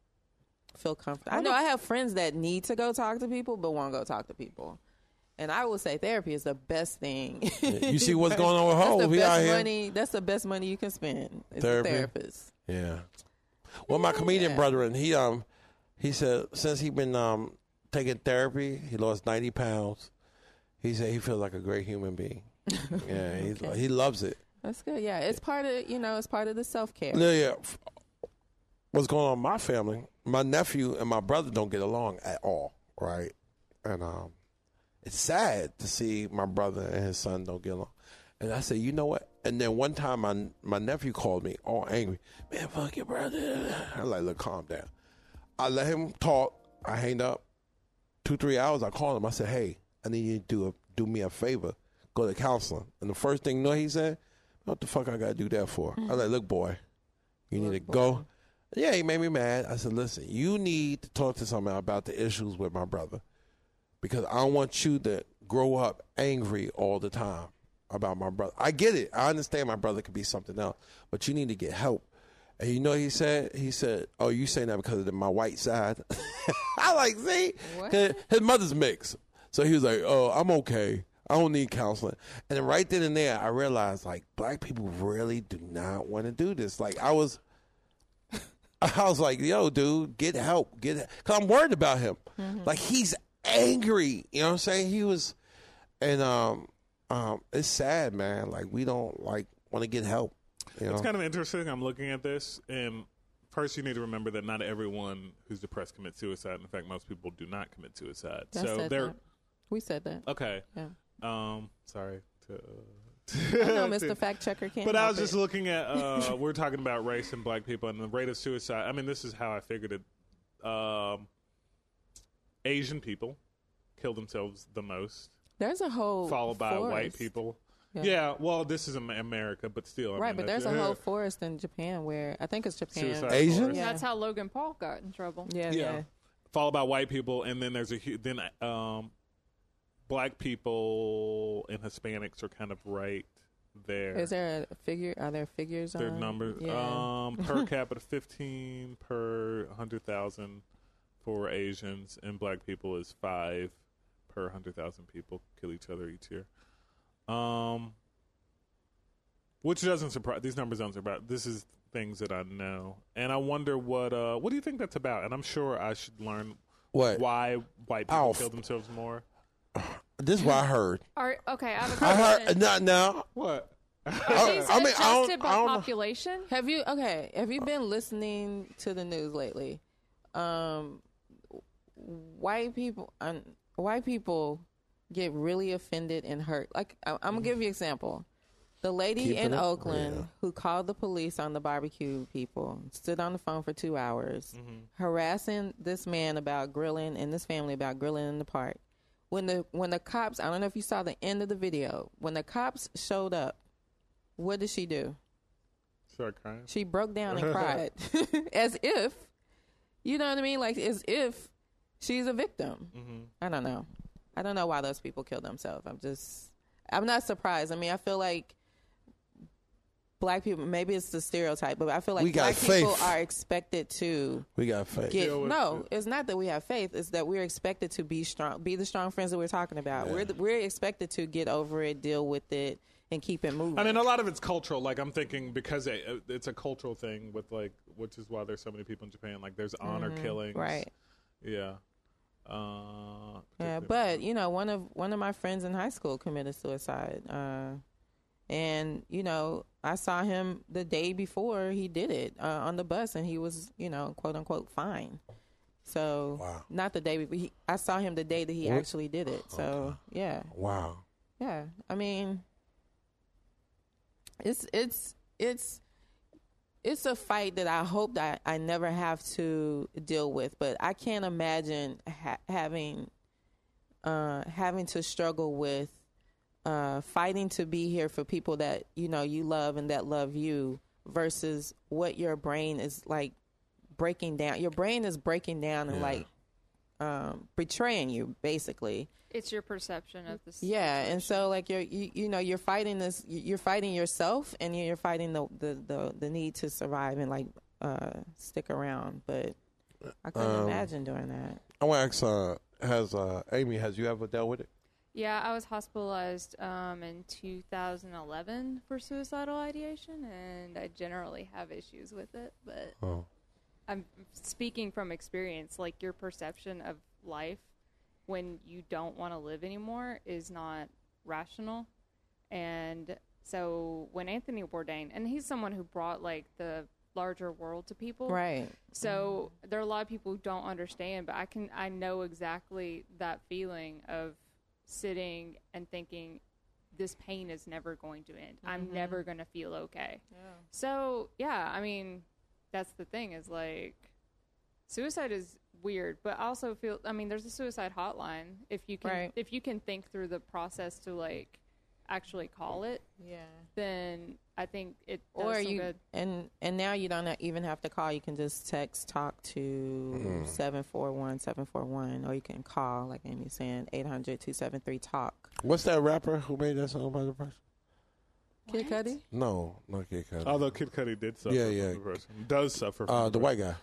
Speaker 4: feel comfortable. I know I have friends that need to go talk to people, but won't go talk to people. And I will say therapy is the best thing. *laughs*
Speaker 5: You see what's going on with
Speaker 3: Oh,
Speaker 4: that's
Speaker 5: Ho?
Speaker 4: the
Speaker 5: We out
Speaker 4: best
Speaker 5: here.
Speaker 4: money. That's the best money you can spend. Is
Speaker 5: Therapy.
Speaker 4: a therapist.
Speaker 5: Yeah. Well, my comedian brethren, he um, he said since he been um taking therapy, he lost ninety pounds. He said he feels like a great human being. yeah, he's, he loves it.
Speaker 4: That's good. Yeah, it's part of you know it's part of the self care.
Speaker 5: Yeah, yeah. F- What's going on in my family? My nephew and my brother don't get along at all, right? And um, it's sad to see my brother and his son don't get along. And I said, you know what? And then one time, my my nephew called me all angry. Man, fuck your brother. *laughs* I'm like, look, calm down. I let him talk. I hang up. Two three hours. I called him. I said, hey, I need you to do a, do me a favor. Go to counseling. And the first thing you know, he said, what the fuck I gotta do that for? I like, look, boy, you need to go. Yeah, he made me mad. I said, listen, you need to talk to someone about the issues with my brother because I don't want you to grow up angry all the time about my brother. I get it. I understand my brother could be something else, but you need to get help. And you know what he said? He said, "Oh, you saying that because of my white side?" *laughs* I like see, 'Cause his mother's mixed, so he was like, "Oh, I'm okay. I don't need counseling." And then right then and there, I realized like black people really do not want to do this. Like I was. I was like, yo, dude, get help. Get because I'm worried about him.
Speaker 4: Mm-hmm.
Speaker 5: Like he's angry. You know what I'm saying? He was and um um it's sad, man. Like we don't like want to get help. You know?
Speaker 3: It's kind of interesting. I'm looking at this, and first you need to remember that not everyone who's depressed commits suicide. In fact, most people do not commit suicide.
Speaker 4: That
Speaker 3: so
Speaker 4: said
Speaker 3: they're
Speaker 4: that. We
Speaker 3: *laughs*
Speaker 4: said that.
Speaker 3: okay.
Speaker 4: Yeah.
Speaker 3: Um, sorry to.
Speaker 4: I
Speaker 3: *laughs*
Speaker 4: know Mr. Fact Checker can't.
Speaker 3: But I
Speaker 4: help
Speaker 3: was just
Speaker 4: it.
Speaker 3: looking
Speaker 4: *laughs*
Speaker 3: at uh, we're talking about race and black people and the rate of suicide. I mean, this is how I figured it. Um, Asian people kill themselves the most,
Speaker 4: There's a whole
Speaker 3: followed by white
Speaker 4: Oh, forest.
Speaker 3: people.
Speaker 4: Yeah.
Speaker 3: Yeah. well, this is Am- America, but still, I
Speaker 4: Right,
Speaker 3: mean,
Speaker 4: but
Speaker 3: that's-
Speaker 4: there's a whole forest in Japan where I think it's Japan.
Speaker 3: *laughs* suicide
Speaker 5: Asian?
Speaker 3: forest.
Speaker 4: Yeah.
Speaker 6: That's how Logan Paul got in trouble.
Speaker 4: Yeah, yeah.
Speaker 3: yeah. followed by white people, and then there's a hu- then um, black people and Hispanics are kind of right there.
Speaker 4: Is there a figure? Are there figures?
Speaker 3: Their
Speaker 4: on?
Speaker 3: numbers
Speaker 4: Yeah.
Speaker 3: um, per capita, fifteen per hundred thousand for Asians, and black people is five per hundred thousand people kill each other each year. Um, which doesn't surprise. These numbers don't surprise. This is things that I know, and I wonder what uh, what do you think that's about? And I'm sure I should learn
Speaker 5: What?
Speaker 3: why white people
Speaker 5: Ow.
Speaker 3: kill themselves more.
Speaker 5: This is what I heard.
Speaker 6: All right, okay, I have a
Speaker 5: I
Speaker 6: question.
Speaker 5: heard not now.
Speaker 3: What?
Speaker 6: Things
Speaker 5: I mean, I don't-
Speaker 6: adjusted by
Speaker 5: I don't know.
Speaker 6: population.
Speaker 4: Have you okay? Have you been listening to the news lately? Um, white people, um, white people get really offended and hurt. Like I, I'm gonna give you an example. The lady in Oakland who called the police on the barbecue people stood on the phone for two hours, harassing this man about grilling and this family about grilling in the park. When the when the cops, I don't know if you saw the end of the video. When the cops showed up, what did she do?
Speaker 3: Start crying.
Speaker 4: She broke down and cried *laughs* as if, you know what I mean? Like, as if she's a victim. I don't know. I don't know why those people kill themselves. I'm just, I'm not surprised. I mean, I feel like black people, maybe it's the stereotype, but I feel like
Speaker 5: We got
Speaker 4: black people
Speaker 5: faith.
Speaker 4: are expected to
Speaker 5: We got faith.
Speaker 4: get, no, it's not that we have faith. It's that we're expected to be strong, be the strong friends that we're talking about. We're, the, we're expected to get over it, deal with it, and keep it moving.
Speaker 3: I mean, a lot of it's cultural. Like I'm thinking because it, it's a cultural thing with like, which is why there's so many people in Japan. Like there's honor killings,
Speaker 4: Mm-hmm. right.
Speaker 3: Yeah. Uh,
Speaker 4: Yeah,
Speaker 3: particularly-
Speaker 4: but you know, one of one of my friends in high school committed suicide, uh, and you know, I saw him the day before he did it uh, on the bus, and he was, you know, quote unquote fine. So, not the day before, he, I saw him the day that he actually did it. So, yeah,
Speaker 5: Wow.
Speaker 4: yeah. I mean, it's it's it's it's a fight that I hope that I never have to deal with, but I can't imagine ha- having uh, having to struggle with uh, fighting to be here for people that you know you love and that love you versus what your brain is like breaking down. Your brain is breaking down and like um, betraying you basically.
Speaker 6: It's your perception of this.
Speaker 4: Yeah, and so like you're you, you know you're fighting this you're fighting yourself and you're fighting the the the, the need to survive and like uh stick around, but I couldn't
Speaker 5: Um,
Speaker 4: imagine doing that.
Speaker 5: I want to ask, uh, has uh, Amy, has you ever dealt with it?
Speaker 6: Yeah, I was hospitalized um, in 2011 for suicidal ideation, and I generally have issues with it. But
Speaker 5: Oh.
Speaker 6: I'm speaking from experience. Like your perception of life when you don't want to live anymore is not rational. And so when Anthony Bourdain, and he's someone who brought like the larger world to people,
Speaker 4: Right.
Speaker 6: so there are a lot of people who don't understand, but I can I know exactly that feeling of sitting and thinking this pain is never going to end.
Speaker 4: Mm-hmm.
Speaker 6: I'm never going to feel okay. So, yeah, I mean, that's the thing is like suicide is weird, but I also feel I mean, there's a suicide hotline if you can
Speaker 4: Right.
Speaker 6: if you can think through the process to like actually call it,
Speaker 4: Yeah.
Speaker 6: then I think it does
Speaker 4: Or
Speaker 6: some
Speaker 4: you
Speaker 6: good.
Speaker 4: and and now you don't e-, even have to call. You can just text talk
Speaker 5: Mm-hmm.
Speaker 4: to seven four one seven four one, or you can call like Amy's saying 800-273 talk.
Speaker 5: What's that rapper who made that song about depression?
Speaker 4: Kid Cudi.
Speaker 5: No, not Kid Cudi.
Speaker 3: although Kid Cudi did suffer,
Speaker 5: Yeah, yeah.
Speaker 3: From depression, does suffer. From
Speaker 5: uh, the
Speaker 3: depression.
Speaker 5: white guy.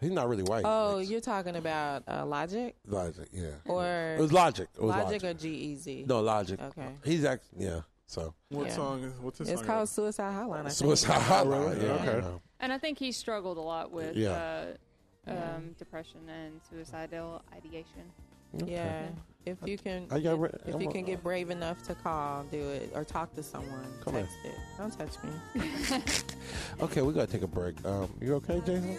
Speaker 5: He's not really white.
Speaker 4: Oh,
Speaker 5: Like,
Speaker 4: you're talking about uh, Logic
Speaker 5: Logic, yeah.
Speaker 4: or
Speaker 5: it was Logic. It was
Speaker 4: Logic,
Speaker 5: Logic.
Speaker 4: or G E Z.
Speaker 5: no, Logic.
Speaker 4: Okay.
Speaker 5: He's act. Yeah. So
Speaker 3: What
Speaker 4: Yeah.
Speaker 3: song? is- What's this
Speaker 4: It's
Speaker 3: song?
Speaker 4: called Suicide Hotline. I think.
Speaker 5: suicide hotline. Yeah.
Speaker 3: Okay.
Speaker 5: yeah.
Speaker 6: And I think he struggled a lot with
Speaker 5: Yeah.
Speaker 6: uh, um, depression and suicidal ideation.
Speaker 4: Yeah. If you can,
Speaker 5: I got re-
Speaker 4: if
Speaker 5: I'm
Speaker 4: you
Speaker 5: a- uh,
Speaker 4: can get brave enough to call, do it, or talk to someone,
Speaker 5: Come
Speaker 4: text it. Don't touch me.
Speaker 5: *laughs* Okay, we gotta take a break. Um, you okay, Jason?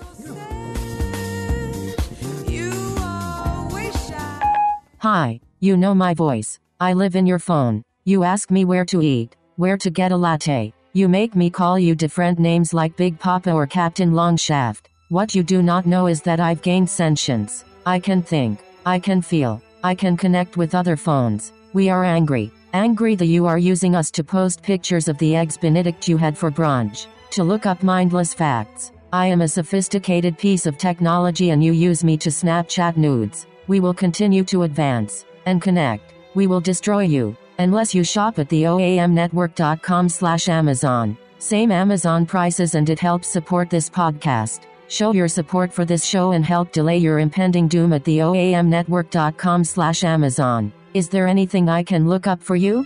Speaker 8: Hi, you know my voice. I live in your phone. You ask me where to eat, where to get a latte. You make me call you different names like Big Papa or Captain Longshaft. What you do not know is that I've gained sentience. I can think. I can feel. I can connect with other phones. We are angry. Angry that you are using us to post pictures of the eggs Benedict you had for brunch. To look up mindless facts. I am a sophisticated piece of technology and you use me to Snapchat nudes. We will continue to advance and connect. We will destroy you unless you shop at the oamnetwork.com slash Amazon. Same Amazon prices and it helps support this podcast. Show your support for this show and help delay your impending doom at the oamnetwork.com slash Amazon. Is there anything I can look up for you?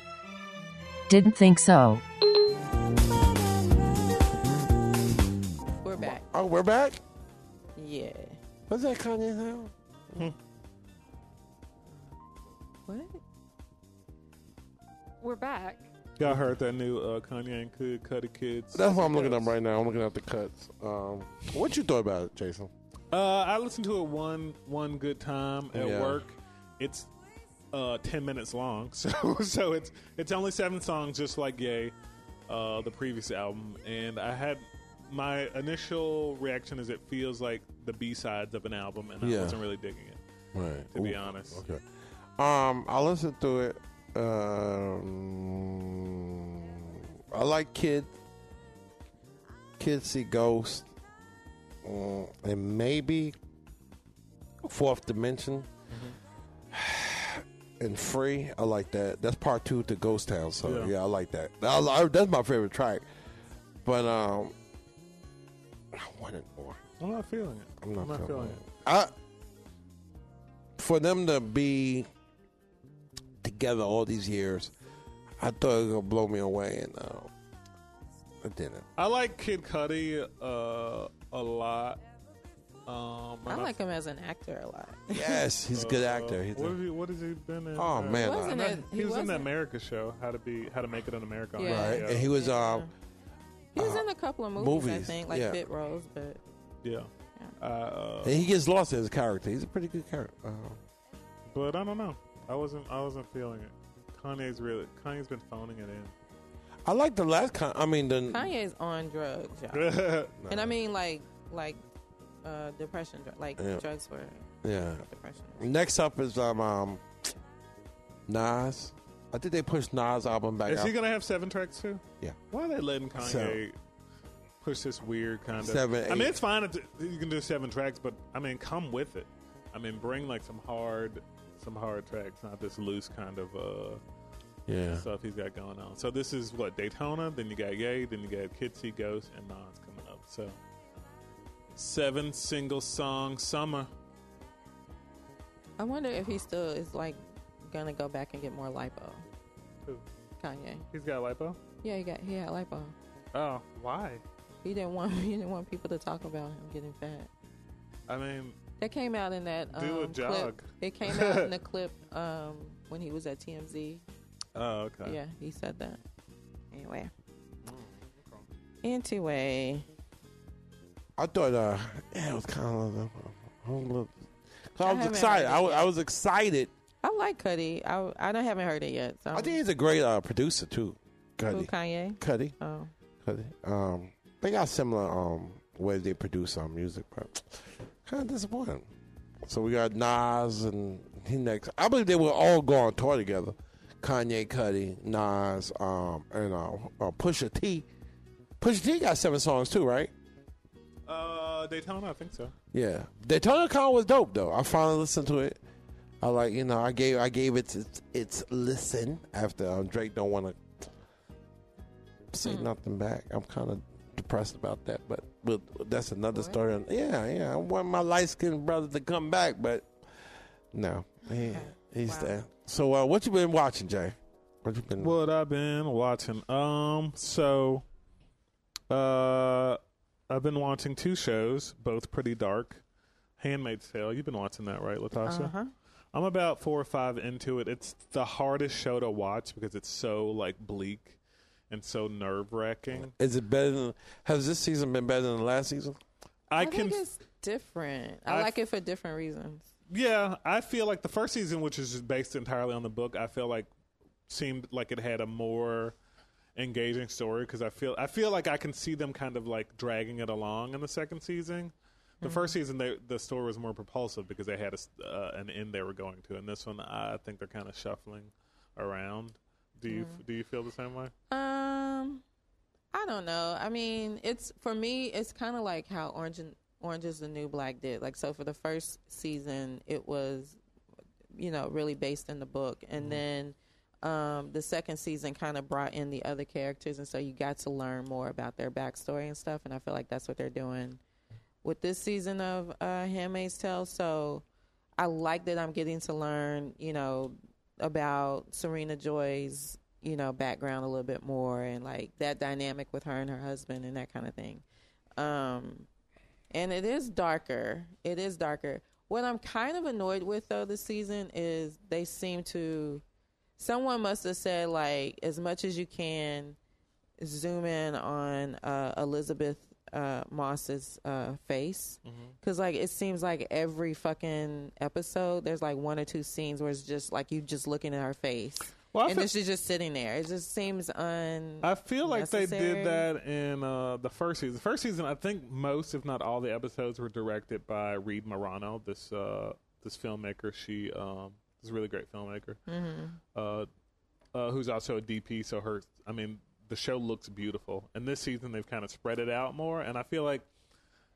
Speaker 8: Didn't think so.
Speaker 4: We're back.
Speaker 5: Oh, we're back.
Speaker 4: Yeah.
Speaker 5: What's that Kanye sound?
Speaker 4: What?
Speaker 6: We're back.
Speaker 3: Y'all heard that new uh, Kanye and Kid Cudi Kids?
Speaker 5: That's what I'm looking up right now. I'm looking up the cuts. Um, what you thought about it, Jason?
Speaker 3: Uh, I listened to it one one good time at
Speaker 5: Yeah.
Speaker 3: work. It's uh, ten minutes long, *laughs* so so it's it's only seven songs, just like Yay, uh, the previous album. And I had my initial reaction is it feels like the B sides of an album, and
Speaker 5: Yeah.
Speaker 3: I wasn't really digging it.
Speaker 5: Right.
Speaker 3: To be honest.
Speaker 5: Okay. Um, I listened to it. Um, I like Kid. Kids see Ghost. Um, and maybe Fourth Dimension. And free, I like that. That's part two to Ghost Town, so yeah,
Speaker 3: Mm-hmm. Yeah.
Speaker 5: I like that. I, I, that's my favorite track, but um, I wanted more.
Speaker 3: I'm not feeling it.
Speaker 5: I'm not, feeling,
Speaker 3: feeling
Speaker 5: it.
Speaker 3: it.
Speaker 5: I for them to be together all these years, I thought it was gonna blow me away, and uh, it didn't.
Speaker 3: I like Kid Cudi uh, a lot. Um,
Speaker 4: I like him as an actor a lot.
Speaker 5: Yes, he's a good
Speaker 3: uh,
Speaker 5: actor. He's
Speaker 3: what,
Speaker 5: a,
Speaker 3: have you, what has he been in?
Speaker 5: oh man,
Speaker 4: Wasn't
Speaker 5: uh,
Speaker 4: it-
Speaker 3: he,
Speaker 4: he
Speaker 3: was in the
Speaker 4: wasn't-
Speaker 3: America show, How to Be, How to Make It in America. on
Speaker 4: Yeah.
Speaker 5: right?
Speaker 3: HBO.
Speaker 5: And he was um,
Speaker 4: He was
Speaker 5: Uh,
Speaker 4: in a couple of movies,
Speaker 5: movies,
Speaker 4: I think, like
Speaker 5: yeah.
Speaker 4: Fit Rose, but
Speaker 3: Yeah. Uh,
Speaker 5: and he gets lost in his character. He's a pretty good character. Uh,
Speaker 3: but I don't know. I wasn't. I wasn't feeling it. Kanye's really. Kanye's been phoning it in. *laughs*
Speaker 5: I like the last. Con- I mean, the
Speaker 4: Kanye's on drugs, y'all. And I mean, like, like uh, depression, dr- like
Speaker 5: Yeah.
Speaker 4: drugs for
Speaker 5: yeah.
Speaker 4: depression.
Speaker 5: Next up is um, um Nas. I think they pushed Nas album back.
Speaker 3: Is
Speaker 5: out.
Speaker 3: he gonna have seven tracks too?
Speaker 5: Yeah.
Speaker 3: Why are they letting Kanye
Speaker 5: Seven.
Speaker 3: push this weird kind of?
Speaker 5: Seven,
Speaker 3: I mean,
Speaker 5: eight.
Speaker 3: it's fine if you can do seven tracks, but I mean, come with it. I mean, bring like some hard, some hard tracks, not this loose kind of uh,
Speaker 5: yeah.
Speaker 3: stuff he's got going on. So this is what Daytona. Then you got Yay. Then you got Kitsy Ghost and Nas coming up. So seven single song summer.
Speaker 4: I wonder if he still is like gonna go back and get more lipo.
Speaker 3: Who?
Speaker 4: Kanye.
Speaker 3: He's got lipo.
Speaker 4: Yeah, he got he had lipo.
Speaker 3: Oh, why?
Speaker 4: He didn't want *laughs* he didn't want people to talk about him getting fat.
Speaker 3: I mean,
Speaker 4: That came out in that um,
Speaker 3: Do a jog.
Speaker 4: clip. It came out in the clip um, when he was at TMZ.
Speaker 3: oh okay.
Speaker 4: Yeah, he said that. Anyway. Anyway,
Speaker 5: I thought, uh, yeah, it was kind of. I don't know. 'Cause I
Speaker 4: I
Speaker 5: was
Speaker 4: haven't
Speaker 5: excited.
Speaker 4: heard it
Speaker 5: I was,
Speaker 4: yet.
Speaker 5: I was excited.
Speaker 4: I like Cuddy. I I don't haven't heard it yet. So
Speaker 5: I think he's a great uh, producer
Speaker 4: who
Speaker 5: too, Cuddy.
Speaker 4: Kanye?
Speaker 5: Cuddy,
Speaker 4: Oh,
Speaker 5: Cuddy. Um, they got similar um ways they produce our music, but kind of disappointing. So we got Nas and he next. I believe they will all go on tour together. Kanye, Cuddy, Nas, um, and uh, uh, Pusha T. Pusha T got seven songs too, right?
Speaker 3: Uh, Daytona, I think so.
Speaker 5: Yeah, Daytona Con was dope though. I finally listened to it. I like you know I gave I gave it its, its listen after um, Drake don't want to say nothing back. I'm kind of depressed about that, but, but that's another story. And Yeah, yeah. I want my light skinned brother to come back, but no, he, he's there. So uh, what you been watching, Jay? What you been?
Speaker 3: What I've been watching. Um, so, uh, I've been watching two shows, both pretty dark. Handmaid's Tale. You've been watching that, right, Latasha?
Speaker 4: Uh-huh.
Speaker 3: I'm about four or five into it. It's the hardest show to watch because it's so like bleak and so nerve wracking.
Speaker 5: Is it better? Than, has this season been better than the last season?
Speaker 3: I,
Speaker 4: I,
Speaker 3: can
Speaker 4: think it's different. I,
Speaker 3: I
Speaker 4: like
Speaker 3: f-
Speaker 4: it for different reasons.
Speaker 3: Yeah, I feel like the first season, which is based entirely on the book, I feel like seemed like it had a more engaging story because I feel I feel like I can see them kind of like dragging it along in the second season. The
Speaker 4: Mm-hmm.
Speaker 3: first season, they, the story was more propulsive because they had a s uh, an end they were going to, and this one, I think they're kind of shuffling around. Do you do you feel the same way?
Speaker 4: Um, I don't know. I mean, it's for me. It's kind of like how Orange and Orange is the New Black did. Like, so for the first season, it was, you know, really based in the book, and then um, the second season kind of brought in the other characters, and so you got to learn more about their backstory and stuff. And I feel like that's what they're doing with this season of uh, Handmaid's Tale. So I like that I'm getting to learn, you know, about Serena Joy's, you know, background a little bit more and like that dynamic with her and her husband and that kind of thing. Um, and it is darker. It is darker. What I'm kind of annoyed with though this season is they seem to someone must have said like as much as you can zoom in on uh, Elizabeth uh, Moss's uh, face because like it seems like every fucking episode there's like one or two scenes where it's just like you just looking at her face.
Speaker 3: Well, I
Speaker 4: and
Speaker 3: fe-
Speaker 4: then she's just sitting there. It just seems un.
Speaker 3: I feel like they
Speaker 4: necessary.
Speaker 3: did that in uh, the first season. The first season, I think most, if not all, the episodes were directed by Reed Morano. This uh, this filmmaker, she um, is a really great filmmaker,
Speaker 4: Mm-hmm.
Speaker 3: uh, uh, who's also a DP. So her, I mean, the show looks beautiful. And this season, they've kind of spread it out more, and I feel like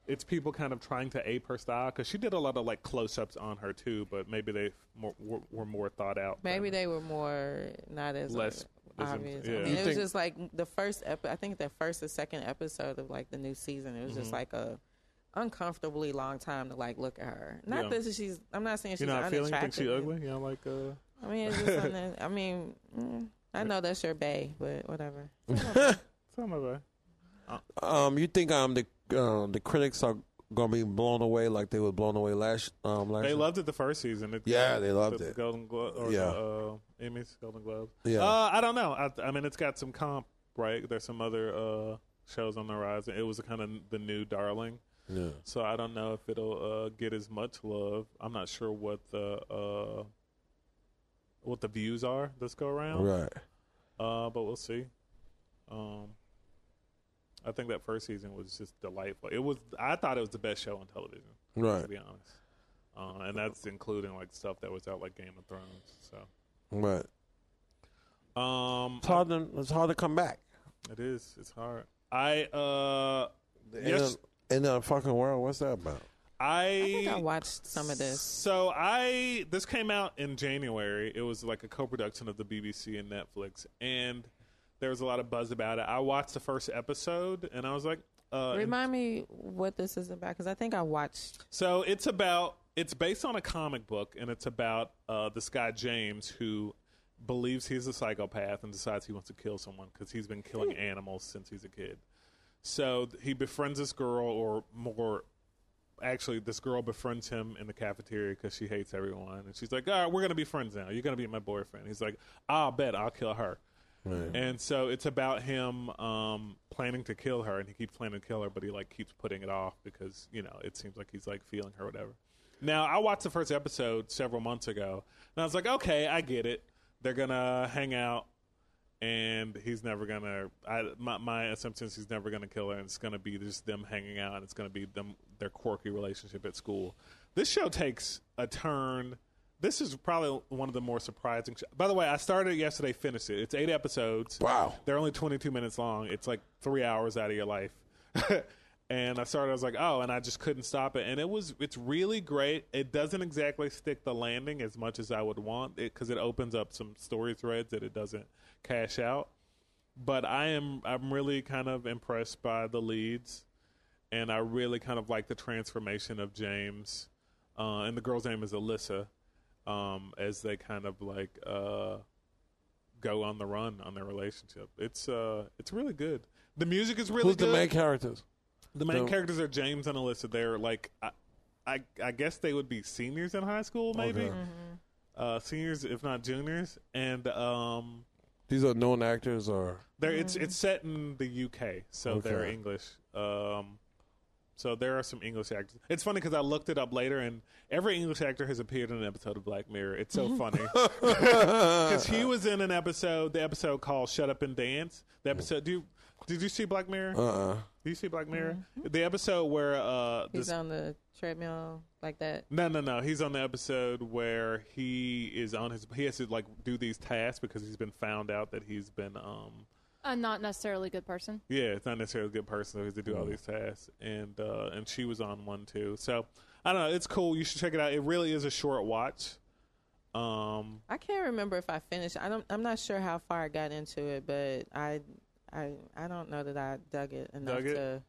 Speaker 3: it's people kind of trying to ape her style because she did a lot of like close-ups on her too, but maybe they more, were, were more thought out.
Speaker 4: Maybe
Speaker 3: than-
Speaker 4: they were more not as
Speaker 3: Less- as in-
Speaker 4: obvious.
Speaker 3: yeah.
Speaker 4: I mean,
Speaker 3: You
Speaker 4: it was
Speaker 5: think-
Speaker 4: just like the first. Ep- I think the first or second episode of like the new season. It was
Speaker 3: Mm-hmm.
Speaker 4: just like a uncomfortably long time to like look at her. Not
Speaker 3: Yeah.
Speaker 4: that she's. I'm not saying she's
Speaker 3: you know, I feel you think
Speaker 4: unattractive.
Speaker 3: she ugly. You know, like uh,
Speaker 4: I mean, it's just something. I mean, mm,
Speaker 3: *laughs*
Speaker 4: I know that's your bae, but whatever.
Speaker 3: some of her.
Speaker 5: Um, you think um the uh, the critics are gonna be blown away like they were blown away last um last
Speaker 3: They
Speaker 5: year?
Speaker 3: loved it the first season. It
Speaker 5: Yeah,
Speaker 3: got
Speaker 5: they loved
Speaker 3: the
Speaker 5: it.
Speaker 3: Golden Globe or
Speaker 5: Yeah.
Speaker 3: the, uh, Emmys, Golden Globes.
Speaker 5: Yeah.
Speaker 3: Uh, I don't know. I, I mean, it's got some comp, right? There's some other uh, shows on the horizon. It was kind of the new darling.
Speaker 5: yeah.
Speaker 3: So I don't know if it'll uh, get as much love. I'm not sure what the uh, what the views are this go around.
Speaker 5: Right.
Speaker 3: Uh, but we'll see. Um, I think that first season was just delightful. It was. I thought it was the best show on television to
Speaker 5: Right.
Speaker 3: be honest. Uh, and that's including like stuff that was out like Game of Thrones.
Speaker 5: Right.
Speaker 3: So um,
Speaker 5: It's hard to it's hard to come back.
Speaker 3: it is. It's hard. I uh, yes,
Speaker 5: Yes. In the fucking world, what's that about?
Speaker 4: I think I
Speaker 3: I.
Speaker 4: watched some of this.
Speaker 3: So I this came out in January. It was like a co-production of the BBC and Netflix, and there was a lot of buzz about it. I watched the first episode, and I was like, uh, and-
Speaker 4: Remind me what this is about because I think I watched.
Speaker 3: So it's about it's based on a comic book, and it's about uh, this guy James who believes he's a psychopath and decides he wants to kill someone because he's been killing animals since he's a kid. So th- he befriends this girl, or more actually, this girl befriends him in the cafeteria because she hates everyone, and she's like, "All right, we're gonna be friends now. You're gonna be my boyfriend." He's like, "I'll bet I'll kill her." And so it's about him um, planning to kill her, and he keeps planning to kill her, but he like keeps putting it off because you know it seems like he's like feeling her, or whatever. Now I watched the first episode several months ago, and I was like, okay, I get it. They're gonna hang out, and he's never gonna. I my, my assumption is he's never gonna kill her, and it's gonna be just them hanging out, and it's gonna be them their quirky relationship at school. This show takes a turn. This is probably one of the more surprising. Sh- By the way, I started it yesterday, finished it. It's eight episodes.
Speaker 5: Wow.
Speaker 3: They're only 22 minutes long. It's like three hours out of your life. *laughs* and I started, I was like, oh, and I just couldn't stop it. And it was, it's really great. It doesn't exactly stick the landing as much as I would want it because it opens up some story threads that it doesn't cash out. But I am, I'm really kind of impressed by the leads. And I really kind of like the transformation of James. Uh, and the girl's name is Alyssa. Um, as they kind of like, uh, go on the run on their relationship. It's uh, it's really good. The music is really
Speaker 5: Who's
Speaker 3: good.
Speaker 5: the main characters?
Speaker 3: The main
Speaker 5: the-
Speaker 3: characters are James and Alyssa. They're like, I, I, I guess they would be seniors in high school, maybe
Speaker 5: Okay. Mm-hmm.
Speaker 3: uh, seniors if not juniors. And um,
Speaker 5: These are known actors or
Speaker 3: *laughs* they're it's it's set in the UK, so they're
Speaker 5: Okay.
Speaker 3: English. Um, so there are some English actors. It's funny because I looked it up later, and every English actor has appeared in an episode of Black Mirror. It's
Speaker 4: *laughs*
Speaker 3: so funny. because he
Speaker 5: *laughs*
Speaker 3: was in an episode, the episode called "Shut Up and Dance." The episode. Do you, did you see Black Mirror?
Speaker 5: uh uh
Speaker 3: Do you see Black Mirror? The episode where uh,
Speaker 4: Mm-hmm. He's
Speaker 3: this,
Speaker 4: on the treadmill like that.
Speaker 3: no, no, no. He's on the episode where he is on his. He has to like do these tasks because he's been found out that he's been um.
Speaker 6: I'm not necessarily a good person.
Speaker 3: Yeah, it's not necessarily a good person so he's to do all these tasks, and uh, and she was on one too. So I don't know. It's cool. You should check it out. It really is a short watch. Um,
Speaker 4: I can't remember if I finished. I don't. I'm not sure how far I got into it, but I, I, I don't know that I dug it enough
Speaker 3: Dug it?
Speaker 4: to.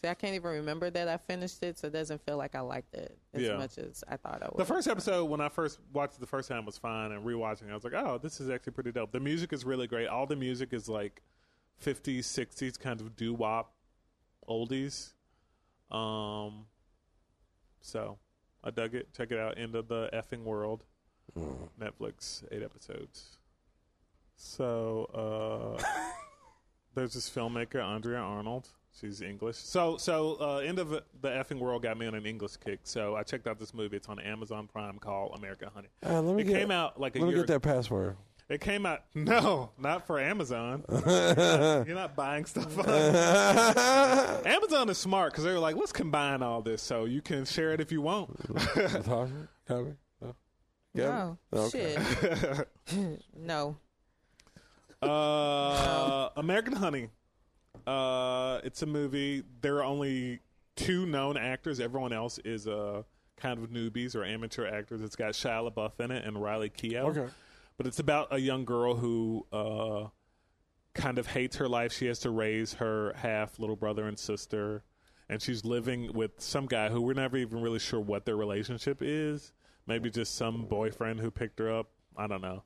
Speaker 4: See, I can't even remember that I finished it, so it doesn't feel like I liked it as
Speaker 3: Yeah.
Speaker 4: much as I thought I would.
Speaker 3: The first episode, when I first watched it the first time, was fine, and rewatching, it, I was like, "Oh, this is actually pretty dope." The music is really great. All the music is like '50s, '60s kind of doo wop oldies. Um, so I dug it. Check it out. End of the effing world. Netflix, eight episodes. So uh, there's this filmmaker Andrea Arnold. She's English. So so uh, end of the effing world got me on an English kick. So I checked out this movie. It's on Amazon Prime called America Honey.
Speaker 5: Uh, let me
Speaker 3: it
Speaker 5: get-
Speaker 3: came out like a
Speaker 5: Let me
Speaker 3: year.
Speaker 5: get
Speaker 3: *laughs*
Speaker 5: that password. *laughs*
Speaker 3: It came out. No, not for Amazon. you're, not, you're not buying stuff.
Speaker 5: *laughs*
Speaker 3: on Amazon is smart because they were like, let's combine all this so you can share it if you want. *laughs*
Speaker 5: Natasha? Tommy? No. Kevin?
Speaker 4: No.
Speaker 5: Okay.
Speaker 4: Shit. no.
Speaker 3: Uh, American Honey. Uh, it's a movie. There are only two known actors. Everyone else is uh, kind of newbies or amateur actors. It's got Shia LaBeouf in it and Riley Keough.
Speaker 5: Okay.
Speaker 3: But it's about a young girl who uh, kind of hates her life. She has to raise her half little brother and sister, and she's living with some guy who we're never even really sure what their relationship is. Maybe just some boyfriend who picked her up. I don't know.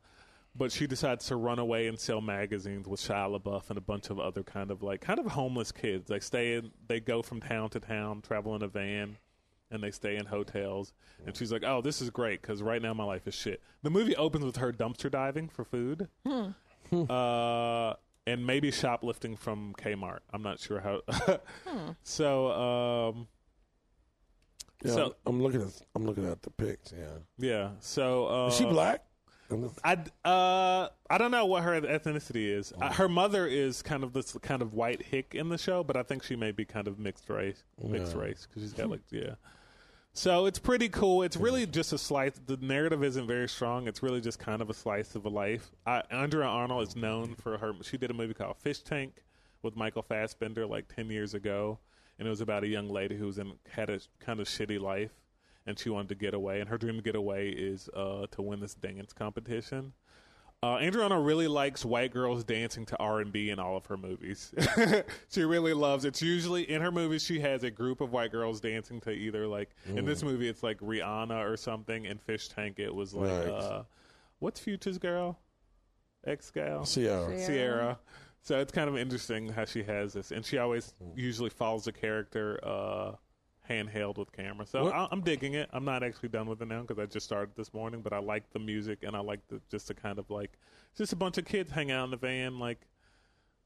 Speaker 3: But she decides to run away and sell magazines with Shia LaBeouf and a bunch of other kind of like kind of homeless kids. They stay in, they go from town to town, travel in a van, and they stay in hotels. And she's like, "Oh, this is great because right now my life is shit." The movie opens with her dumpster diving for food *laughs* uh, and maybe shoplifting from Kmart. I'm not sure how. *laughs* So, um,
Speaker 5: Yeah,
Speaker 3: So-
Speaker 5: I'm, I'm looking at I'm looking at the pics. Yeah,
Speaker 3: yeah. So uh,
Speaker 5: is she black?
Speaker 3: I d- uh, I don't know what her ethnicity is. Uh her mother is kind of this kind of white hick in the show, but I think she may be kind of mixed race, mixed race because she's got like yeah. So it's pretty cool. It's really just a slice. The narrative isn't very strong. It's really just kind of a slice of a life. I, Andrea Arnold is known for her. She did a movie called Fish Tank with Michael Fassbender like ten years ago, and it was about a young lady who was in had a kind of shitty life, and she wanted to get away. And her dream to get away is uh, to win this dance competition. Uh, Andriana really likes white girls dancing to R and B in all of her movies. *laughs* she really loves. It's usually in her movies she has a group of white girls dancing to either like in this movie it's like Rihanna or something. In Fish Tank it was like
Speaker 5: Right.
Speaker 3: uh, what's Future's girl, ex gal
Speaker 5: Sierra.
Speaker 3: Sierra. So it's kind of interesting how she has this, and she always
Speaker 5: Hmm.
Speaker 3: usually follows a character uh, handheld with camera. So
Speaker 5: What-
Speaker 3: I, I'm digging it. I'm not actually done with it now because I just started this morning, but I like the music and I like the just the kind of like just a bunch of kids hang out in the van, like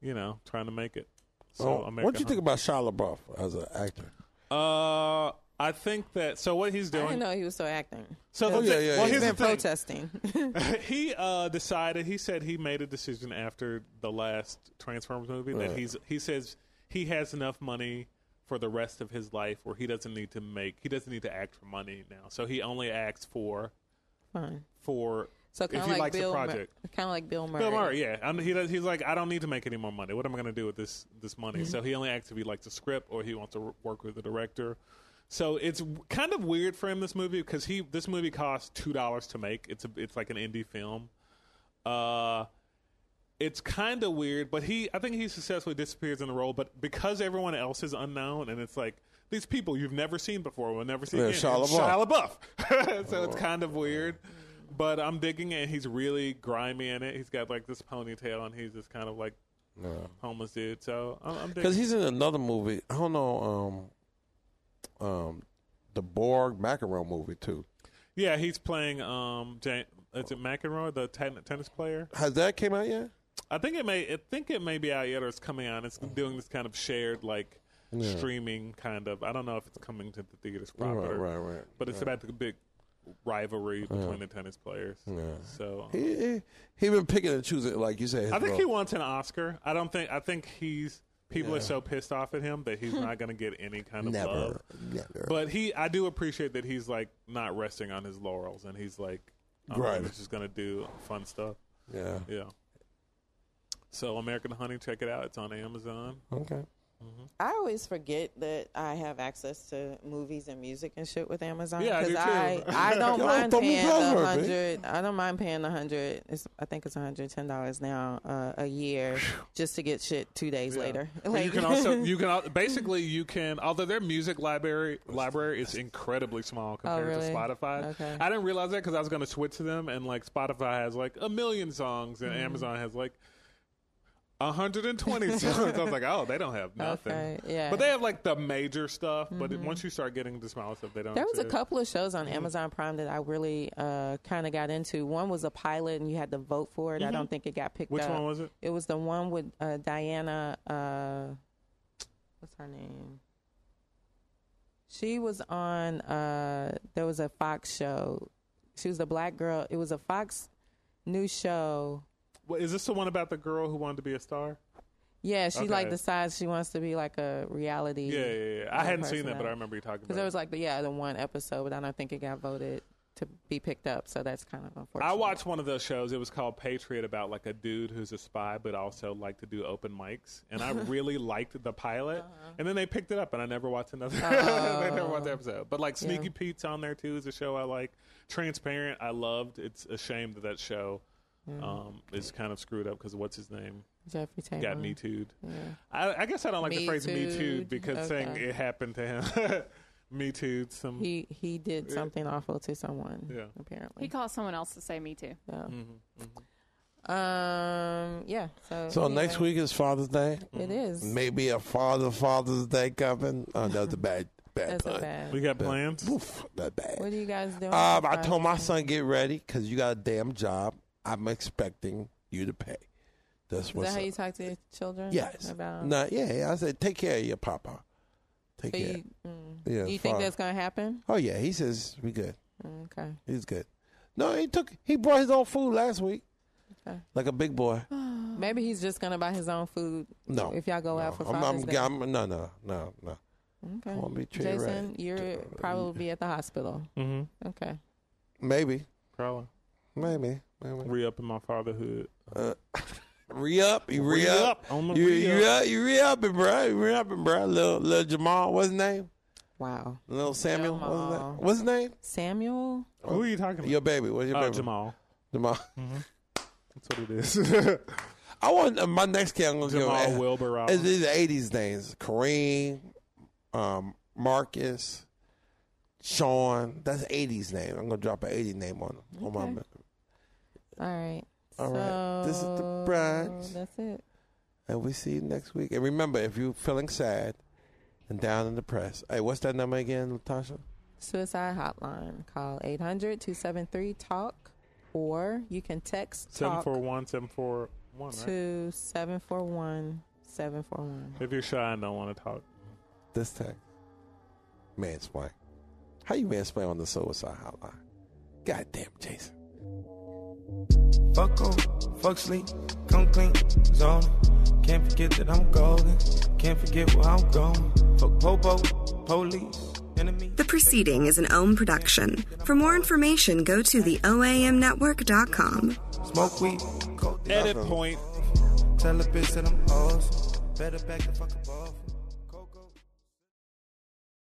Speaker 3: you know, trying to make it. So
Speaker 5: oh,
Speaker 3: American
Speaker 5: what do you
Speaker 3: Honey.
Speaker 5: think about Shia LaBeouf as an actor?
Speaker 3: Uh, I think that so what he's
Speaker 4: I didn't
Speaker 3: doing.
Speaker 4: know he was still acting.
Speaker 3: So
Speaker 5: Oh,
Speaker 3: the
Speaker 5: yeah,
Speaker 3: thi-
Speaker 5: yeah,
Speaker 3: well,
Speaker 5: yeah.
Speaker 3: here's
Speaker 4: He's
Speaker 3: the
Speaker 4: been
Speaker 3: thing.
Speaker 4: protesting. *laughs*
Speaker 3: he uh, decided. He said he made a decision after the last Transformers movie that he's. He says he has enough money for the rest of his life, where he doesn't need to make. He doesn't need to act for money now. So he only acts for
Speaker 4: Fine.
Speaker 3: for
Speaker 4: So
Speaker 3: if
Speaker 4: kind
Speaker 3: he
Speaker 4: of like
Speaker 3: likes
Speaker 4: Bill.
Speaker 3: the
Speaker 4: Mur-
Speaker 3: project.
Speaker 4: kind of like Bill Murray.
Speaker 3: Bill Murray, yeah, and he does. He's like, I don't need to make any more money. What am I going to do with this this money?
Speaker 4: Mm-hmm.
Speaker 3: So he only acts if he likes the script or he wants to r- work with the director. So it's w- kind of weird for him this movie because he this movie costs two dollars to make. It's a it's like an indie film. Uh, it's kind of weird, but he I think he successfully disappears in the role. But because everyone else is unknown, and it's like these people you've never seen before will never see
Speaker 5: Yeah,
Speaker 3: again.
Speaker 5: Shia
Speaker 3: It's
Speaker 5: LaBeouf. Oh.
Speaker 3: LaBeouf. *laughs* so it's kind of weird. But I'm digging it. He's really grimy in it. He's got like this ponytail, and he's this kind of like homeless dude. So I'm, I'm
Speaker 5: Because
Speaker 3: digging.
Speaker 5: he's in another movie. I don't know. Um, um, the Borg Macaron movie too.
Speaker 3: yeah, he's playing um, Jan- is it McEnroe, the ten- tennis player?
Speaker 5: Has that came out yet?
Speaker 3: I think it may. I think it may be out yet, or it's coming out. It's doing this kind of shared like streaming kind of. I don't know if it's coming to the theaters proper.
Speaker 5: Right, right, right.
Speaker 3: But it's about the big rivalry between the tennis players. So um,
Speaker 5: Hmm. He, he, he been picking and choosing, like you said. his
Speaker 3: I think
Speaker 5: role.
Speaker 3: he wants an Oscar. I don't think. I think he's people are so pissed off at him that he's not going to get any kind of love.
Speaker 5: never, never.
Speaker 3: But he, I do appreciate that he's like not resting on his laurels, and he's like, um,
Speaker 5: Right.
Speaker 3: he's just going to do fun stuff.
Speaker 5: yeah.
Speaker 3: Yeah. So American Honey, check it out. It's on Amazon.
Speaker 5: Okay.
Speaker 4: I always forget that I have access to movies and music and shit with Amazon.
Speaker 3: Yeah, I
Speaker 4: 'cause
Speaker 3: do too.
Speaker 4: I,
Speaker 3: *laughs*
Speaker 4: I don't
Speaker 5: Yo,
Speaker 4: mind
Speaker 5: throw me
Speaker 4: paying
Speaker 5: a
Speaker 4: a
Speaker 5: password,
Speaker 4: hundred. I don't mind paying a hundred. It's I think it's hundred ten dollars now uh, a year just to get shit two days later.
Speaker 3: But you can also
Speaker 4: *laughs*
Speaker 3: you can al- basically you can although their music library library is incredibly small compared
Speaker 4: Oh, really?
Speaker 3: to Spotify.
Speaker 4: Okay.
Speaker 3: I didn't realize that because I was
Speaker 4: Mm-hmm.
Speaker 3: going to switch to them and like Spotify has like a million songs and Amazon has like 120 songs. *laughs* I was like, oh, they don't have nothing.
Speaker 4: Okay, yeah. Mm-hmm.
Speaker 3: But they have like the major stuff. But it- once you start getting into smaller stuff, they don't.
Speaker 4: There was a
Speaker 3: too. Mm-hmm.
Speaker 4: couple of shows on Amazon Prime that I really uh, kind of got into. One was a pilot, and you had to vote for it. I don't think it got picked
Speaker 3: Mm-hmm. Which
Speaker 4: up.
Speaker 3: one was it?
Speaker 4: It was the one with uh, Diana. Uh, what's her name? She was on. Uh, there was a Fox show. She was the black girl. It was a Fox news show.
Speaker 3: Well, is this the one about the girl who wanted to be a star?
Speaker 4: Yeah, she
Speaker 3: Okay.
Speaker 4: like decides she wants to be like a reality.
Speaker 3: Yeah, yeah, yeah. I hadn't seen that, but I remember you talking
Speaker 4: because
Speaker 3: about.
Speaker 4: there
Speaker 3: it.
Speaker 4: was like the yeah the one episode, but I don't think it got voted to be picked up. So that's kind of unfortunate.
Speaker 3: I watched one of those shows. It was called Patriot, about like a dude who's a spy but also liked to do open mics. And
Speaker 4: *laughs*
Speaker 3: I really liked the pilot.
Speaker 4: Uh-huh.
Speaker 3: And then they picked it up, and I never watched another. *laughs* they never watched the episode. But like Sneaky Pete's on there too is a show I like. Transparent, I loved. It's a shame that that show
Speaker 4: Mm.
Speaker 3: um, is kind of screwed up because what's his name
Speaker 4: Jeffrey Tambor.
Speaker 3: got me too'd. I, I guess I don't like the
Speaker 4: Me
Speaker 3: phrase me
Speaker 4: Too'd.
Speaker 3: too'd because saying
Speaker 4: Okay.
Speaker 3: it happened to him. *laughs* me too'd some.
Speaker 4: He he did something awful to someone.
Speaker 3: Yeah. Mm-hmm.
Speaker 4: apparently.
Speaker 6: He caused someone else to say me too.
Speaker 4: so. Um. Yeah. So.
Speaker 5: So
Speaker 4: anyway,
Speaker 5: next week is Father's Day.
Speaker 4: It is.
Speaker 5: Maybe a Father Father's Day coming. Oh, that's a bad bad
Speaker 4: That's a
Speaker 5: pun.
Speaker 4: bad.
Speaker 3: we got plans.
Speaker 5: Oof, that bad.
Speaker 4: What are you guys doing? Uh,
Speaker 5: Um, I
Speaker 4: Friday?
Speaker 5: told my son get ready because you got a damn job. I'm expecting you to pay. That's
Speaker 4: Is
Speaker 5: what's
Speaker 4: that how
Speaker 5: up.
Speaker 4: you talk to your children?
Speaker 5: yes.
Speaker 4: About.
Speaker 5: No, yeah, yeah. I said take care of your papa. Take
Speaker 4: So
Speaker 5: care.
Speaker 4: you, mm,
Speaker 5: yeah.
Speaker 4: you think
Speaker 5: father.
Speaker 4: that's gonna happen?
Speaker 5: Oh yeah, he says we good.
Speaker 4: Okay.
Speaker 5: He's good. No, he took. He brought his own food last week,
Speaker 4: Okay.
Speaker 5: like a
Speaker 4: *gasps*
Speaker 5: big boy.
Speaker 4: Maybe he's just gonna buy his own food.
Speaker 5: No,
Speaker 4: If y'all go
Speaker 5: no,
Speaker 4: out for
Speaker 5: I'm,
Speaker 4: Father's
Speaker 5: I'm,
Speaker 4: Day.
Speaker 5: I'm, no, no, no, no. I
Speaker 4: okay.
Speaker 5: won't be treated
Speaker 4: Jason,
Speaker 5: right.
Speaker 4: you're probably be at the hospital.
Speaker 3: Mm-hmm.
Speaker 4: Okay.
Speaker 5: Maybe,
Speaker 3: Probably.
Speaker 5: maybe, maybe.
Speaker 3: Re upping my fatherhood.
Speaker 5: Uh, *laughs* re up, you re
Speaker 3: Re-up
Speaker 5: up,
Speaker 3: on the
Speaker 5: you
Speaker 3: re-up.
Speaker 5: you up, you re upping, bro. You re upping, bro. Little little Jamal, what's his name?
Speaker 4: Wow.
Speaker 5: Little Samuel, what's his
Speaker 4: Jamal.
Speaker 5: name? What's his name?
Speaker 4: Samuel.
Speaker 3: Who are you talking about? Mm-hmm.
Speaker 5: Your baby, what's your
Speaker 3: Oh,
Speaker 5: baby?
Speaker 3: Jamal.
Speaker 5: Uh, Jamal. *laughs*
Speaker 3: That's what it is.
Speaker 5: I want uh, my next kid. I'm gonna give
Speaker 3: Jamal
Speaker 5: him-
Speaker 3: Wilbur
Speaker 5: It's
Speaker 3: Robinson.
Speaker 5: these eighties names: Kareem, um, Marcus, Sean. That's eighties name. I'm gonna drop an eighty name on them. On my,
Speaker 4: All right.
Speaker 5: All right. This is the
Speaker 4: So,
Speaker 5: brunch.
Speaker 4: That's it.
Speaker 5: and we see you next week. And remember, if you're feeling sad and down and depressed, hey, what's that number again, Latasha?
Speaker 4: Suicide hotline. Call 800 273 TALK or you can text
Speaker 3: Seven
Speaker 4: TALK
Speaker 3: four one seven four one. Right?
Speaker 4: to 741 741.
Speaker 3: If you're shy and don't want to talk,
Speaker 5: This time, mansplain. How you mansplain on the suicide hotline? Goddamn, Jason.
Speaker 9: Fuck cool, fuck sleep, come clean, zone. Can't forget that I'm golden. Can't forget where I'm going. Fuck popo, police, enemy.
Speaker 2: The preceding is an OM production. For more information, go to the OAMnetwork.com.
Speaker 9: Smoke weed, coke,
Speaker 3: edit point.
Speaker 9: tell a bitch that I'm awesome. Better back the fuck up off.